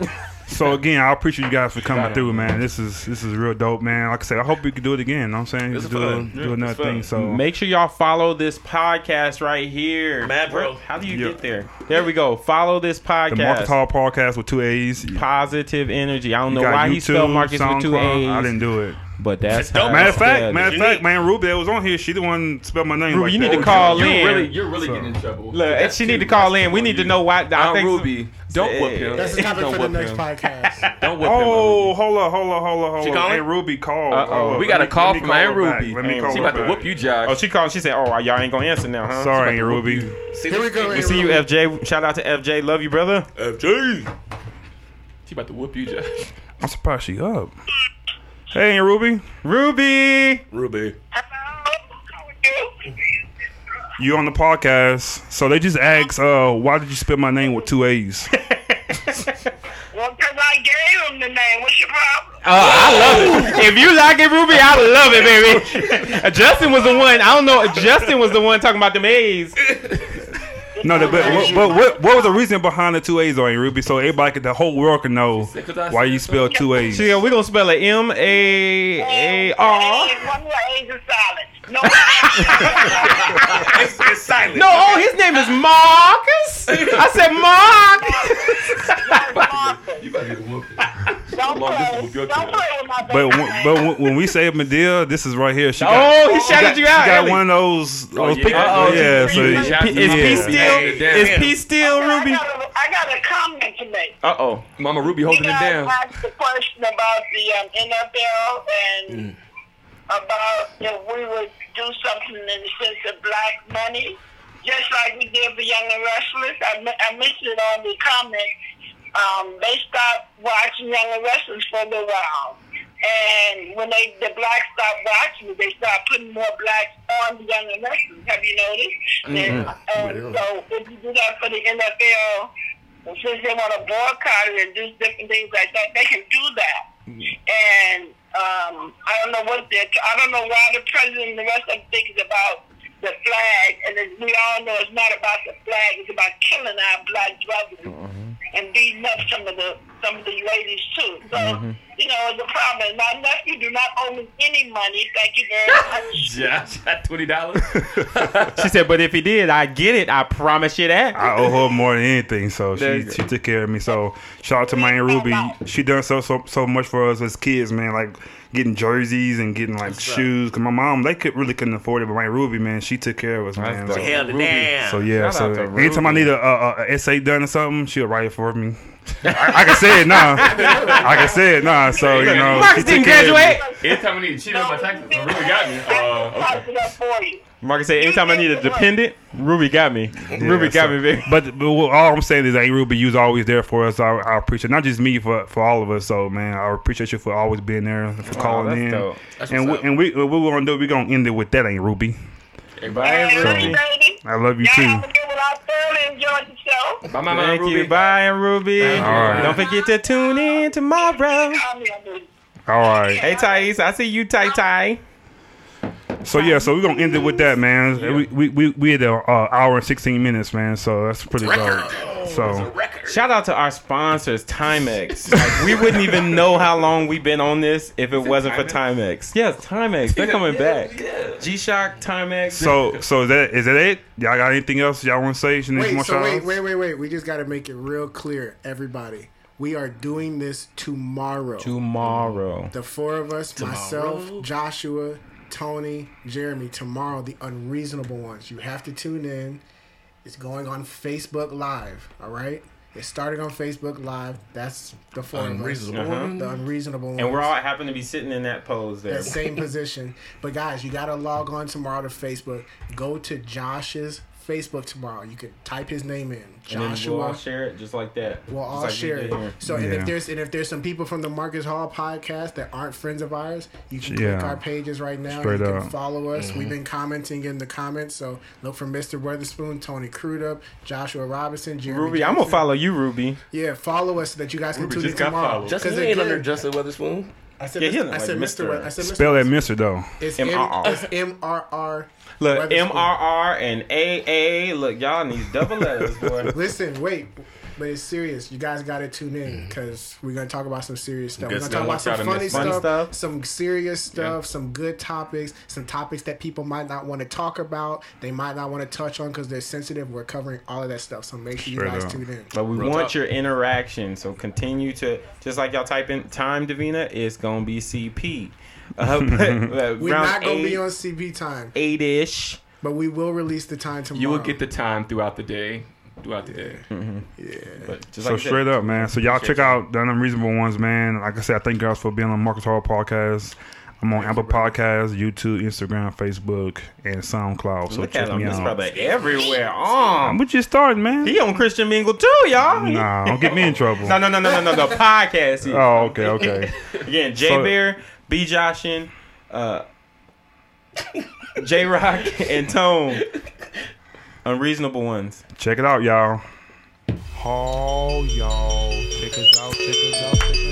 A: So again, I appreciate you guys for coming through, man. This is this is real dope, man. Like I said, I hope we can do it again. You know what I'm saying
B: This is
A: do,
B: fun.
A: do
B: Yeah,
A: another
B: it's fun.
A: thing. So
D: Make sure y'all follow this podcast right here.
B: Mad Bro.
D: Where- How do you
A: Yeah.
D: get there? There we go. Follow this
A: the Marcus
D: podcast.
A: Hall podcast with two A's. You
D: Positive energy. I don't know
A: got
D: why he
A: YouTube,
D: spelled Marcus with two
A: SoundCloud. I didn't
D: A's,
A: do it.
D: but that's
B: That's dope.
D: how
A: Matter
D: I
A: of fact,
D: spelled
A: matter of
B: Unique.
A: fact, man, Ruby that was on here, she the one spelled my name.
D: Ruby,
A: like
D: you need
A: that.
D: to call
C: you're
D: in.
C: Oh, really, you're really getting in trouble.
D: it. Look, and she need to call in. We need to know why. I
C: Aunt
D: think
C: Ruby, don't whip him.
E: That's the topic
C: don't
E: for the
C: whip
E: next
C: him.
E: podcast.
C: Don't whip him.
A: Oh, hold up, hold up, hold up, hold
C: She
A: up.
C: calling?
A: Hey, Ruby, call.
D: Uh-oh.
A: Hold up.
C: We got
A: Let
C: a
A: me-
C: call
A: let me
C: from Aunt
A: her back.
C: Ruby.
A: Let me call.
C: She
A: her
C: about to
A: back.
C: whoop you, Josh.
D: Oh, she called. She said, "Oh, y'all ain't gonna answer now, huh?"
A: Sorry, Aunt Ruby.
E: Here we go.
D: We see you, FJ. Shout out to FJ. Love you, (laughs) brother.
B: FJ.
C: She about to whoop you, Josh.
A: I'm surprised she up. Hey, Aunt Ruby,
D: Ruby.
B: Ruby.
A: you on the podcast? So they just asked, uh, why did you spell my name with two A's?
D: (laughs)
G: Well, because I gave him the name. What's your problem?
D: Oh, I love it. If you like it, Ruby, I love it, (laughs) baby. Justin was the one. I don't know. Justin was the one talking about the maze.
A: No, that- but, what, but what what was the reason behind the two A's on you, Ruby? So everybody, could, the whole world can know
C: said, 'Cause I
A: why
C: said
A: you
C: so.
A: spelled two A's.
D: She go, we gonna spell it M A A R.
G: Hey, One more age of silence. No. A's.
B: It's, it's silent.
D: No, oh, his name is Marcus. I said Mark.
C: You about to get whooped.
G: Don't
C: Long
G: play.
C: distance will be
G: Don't
C: okay.
G: play with my baby.
A: But when, but when- when we say Medea, this is right here. She got,
D: Oh, he shouted you
A: she
D: out.
A: got
D: early.
A: one of those. those
C: yeah.
A: pic-
C: Uh-oh.
A: yeah, so
D: Is
A: yeah.
C: Yeah.
D: P- is P still? Is P still
G: I
D: Ruby?
G: got, a, I got a comment to make.
D: Uh oh.
C: Mama Ruby holding
G: you
C: it
G: guys
C: down.
G: asked the question about the um, NFL and about if we would do something in the sense of black money, just like we did for Young and Restless. I, me- I mentioned it on the comment. Um, they stopped watching Young and Restless for a little while. And when they the blacks stopped watching it, they start putting more blacks on the Young and Restless. Have you noticed? And, uh, so if you do that for the NFL, and since they want to boycott it and do different things like that, they can do that. And um, I don't know what they're. I don't know why the president and the rest of them think it's about the flag, and as we all know,
A: Mm-hmm.
G: it's not about the flag. It's about killing our black brothers and beating up some of the some of the ladies too. So,
A: Mm-hmm.
G: you know, it's a problem. Now, unless you do not owe me any money, thank you very much.
C: Josh, at twenty (laughs) dollars.
D: She said, but if he did, I get it. I promise you that.
A: I owe her more than anything, so she,
D: There you
A: she took care of me. So shout out to my aunt Ruby. She done so so so much for us as kids, man. Like getting jerseys and getting like shoes. Cause my mom, they could really couldn't afford it, but my aunt Ruby, man, she took care of us,
D: That's
A: man.
D: dope.
A: So,
B: Hell
C: Ruby.
B: damn.
A: so, yeah,
D: Shout
A: so
D: out to
A: anytime I
D: Ruby.
A: need a, a, a essay done or something, she'll write it for me. (laughs) I, I can say it
D: (laughs)
A: now. I can say it now. So you know,
D: Marcus
A: she
D: didn't
A: took care of me.
D: graduate.
C: Anytime I need to cheat on my taxes, I really got me. Uh, okay.
G: I'll it up for you.
D: Marcus said, anytime I need a dependent, Ruby got me. Ruby
A: Yeah,
D: got
A: so-
D: me, baby.
A: But, but what- all I'm saying is that Ruby, you was always there for us. I, I appreciate not just me for for all of us. So man, I appreciate you for always being there for calling
D: that's
A: in.
D: dope.
B: That's
A: And we,
B: what's up.
A: and we what we're gonna do? We're gonna end it with that, ain't Ruby?
D: Bye,
G: Hey,
A: Ruby.
D: Ruby.
G: baby.
A: I love you
G: Y'all
A: too.
G: have a good one. I thoroughly enjoyed yourself.
C: Bye, my mom,
D: Thank
C: Ruby.
D: you. Bye, Aunt Ruby.
C: Thank you.
A: All right.
D: Don't forget to tune in tomorrow.
G: I'm your
A: All right.
D: Hey, Thais. I see you, Tai Tai.
A: So yeah, so we're gonna end it with that, man. We we we, we had an uh, hour and sixteen minutes, man. So that's pretty
B: Record.
A: dope.
E: Oh,
B: It's a
A: So
B: record.
D: Shout out to our sponsors, Timex. Like, we wouldn't even know how long we've been on this if it wasn't for Timex. Yes, Timex. They're coming back. G Shock, Timex.
A: so so is that is that it? Y'all got anything else y'all want to say? Any
E: Wait,
A: more
E: so wait,
A: shout-outs?
E: wait, wait, wait. We just got to make it real clear, everybody. We are doing this tomorrow.
D: tomorrow.
E: the four of us, myself, Joshua, Tony, Jeremy. Tomorrow, the unreasonable ones. You have to tune in. It's going on Facebook Live. All right. It started on Facebook Live. That's the four
B: Unreasonable
E: of us. Uh-huh.
B: ones.
E: The unreasonable ones.
D: Uh-huh. And we're all happen to be sitting in that pose there.
E: that same position. But guys, you gotta log on tomorrow to Facebook. Go to Josh's Facebook tomorrow. You can type his name in.
D: And then we'll all
E: Joshua.
D: share it just like that.
E: We'll all share it. So and
A: Yeah.
E: if there's and if there's some people from the Marcus Hall podcast that aren't friends of ours, you can
A: Yeah.
E: click our pages right now.
A: Straight
E: you can
A: up.
E: follow us.
D: Mm-hmm.
E: We've been commenting in the comments. So look for Mr. Weatherspoon, Tony Crudup, Joshua Robinson, Jeremy
D: Ruby, I'm gonna
E: Johnson.
D: follow you, Ruby.
E: Yeah, follow us so that you guys can
C: Ruby
E: tune
C: just
E: in
C: got
E: tomorrow.
C: followed.
B: Justin,
E: 'Cause
B: you ain't
E: again,
B: under Justin Witherspoon.
E: I said,
D: Yeah, he
E: Mr.
D: look
E: I
D: like
E: said Mr.
D: Mr..
E: We- I said Mr.
A: Spell that Mister though.
E: It's M-
D: MRR.
E: it's MRR.
D: Look,
E: Weatherspoon.
D: M R R and A A. Look, y'all need double letters,
E: (laughs)
D: boy.
E: Listen, wait, but it's serious. You guys got to tune in because we're gonna talk about some serious stuff. We're
B: Good
E: gonna talk about
B: stuff.
E: some funny
D: miss it.
E: stuff,
D: Funny stuff.
E: some serious stuff, some good topics, some topics that people might not want to talk about. They might not want to touch on because they're sensitive. We're covering all of that stuff, so make sure
A: Straight
E: you guys
A: up.
E: tune in.
D: But we
C: Real
D: want
C: talk.
D: your interaction, so continue to just like y'all type in time Davina. It's gonna be CP. Uh, but, uh,
E: We're
D: round
E: not gonna
D: eight,
E: be on CP time,
D: eight ish.
E: but we will release the time tomorrow.
C: You will get the time throughout the day. Throughout the day.
D: But just
A: So
D: like
A: straight up, man. So y'all
D: Appreciate
A: check out the Unreasonable Ones, man. Like I said, I thank you guys for being on Marcus Hall Podcast. I'm on Apple Podcasts, YouTube, Instagram, Facebook, and SoundCloud. So
D: Look
A: check
D: at him.
A: me
D: This
A: out.
D: brother everywhere. Um,
A: I'm just starting, man.
D: he on Christian Mingle too, y'all. He-
A: Nah, don't get me in trouble.
D: (laughs) No, no, no, no, no, no. The podcast. He,
A: Oh, okay,
D: (laughs)
A: okay.
D: Again, J
A: So-
D: Bear, B Joshin, uh, J Rock, and Tone. Unreasonable ones.
A: check it out, y'all. Oh, y'all. Check us out, check us out, check us out.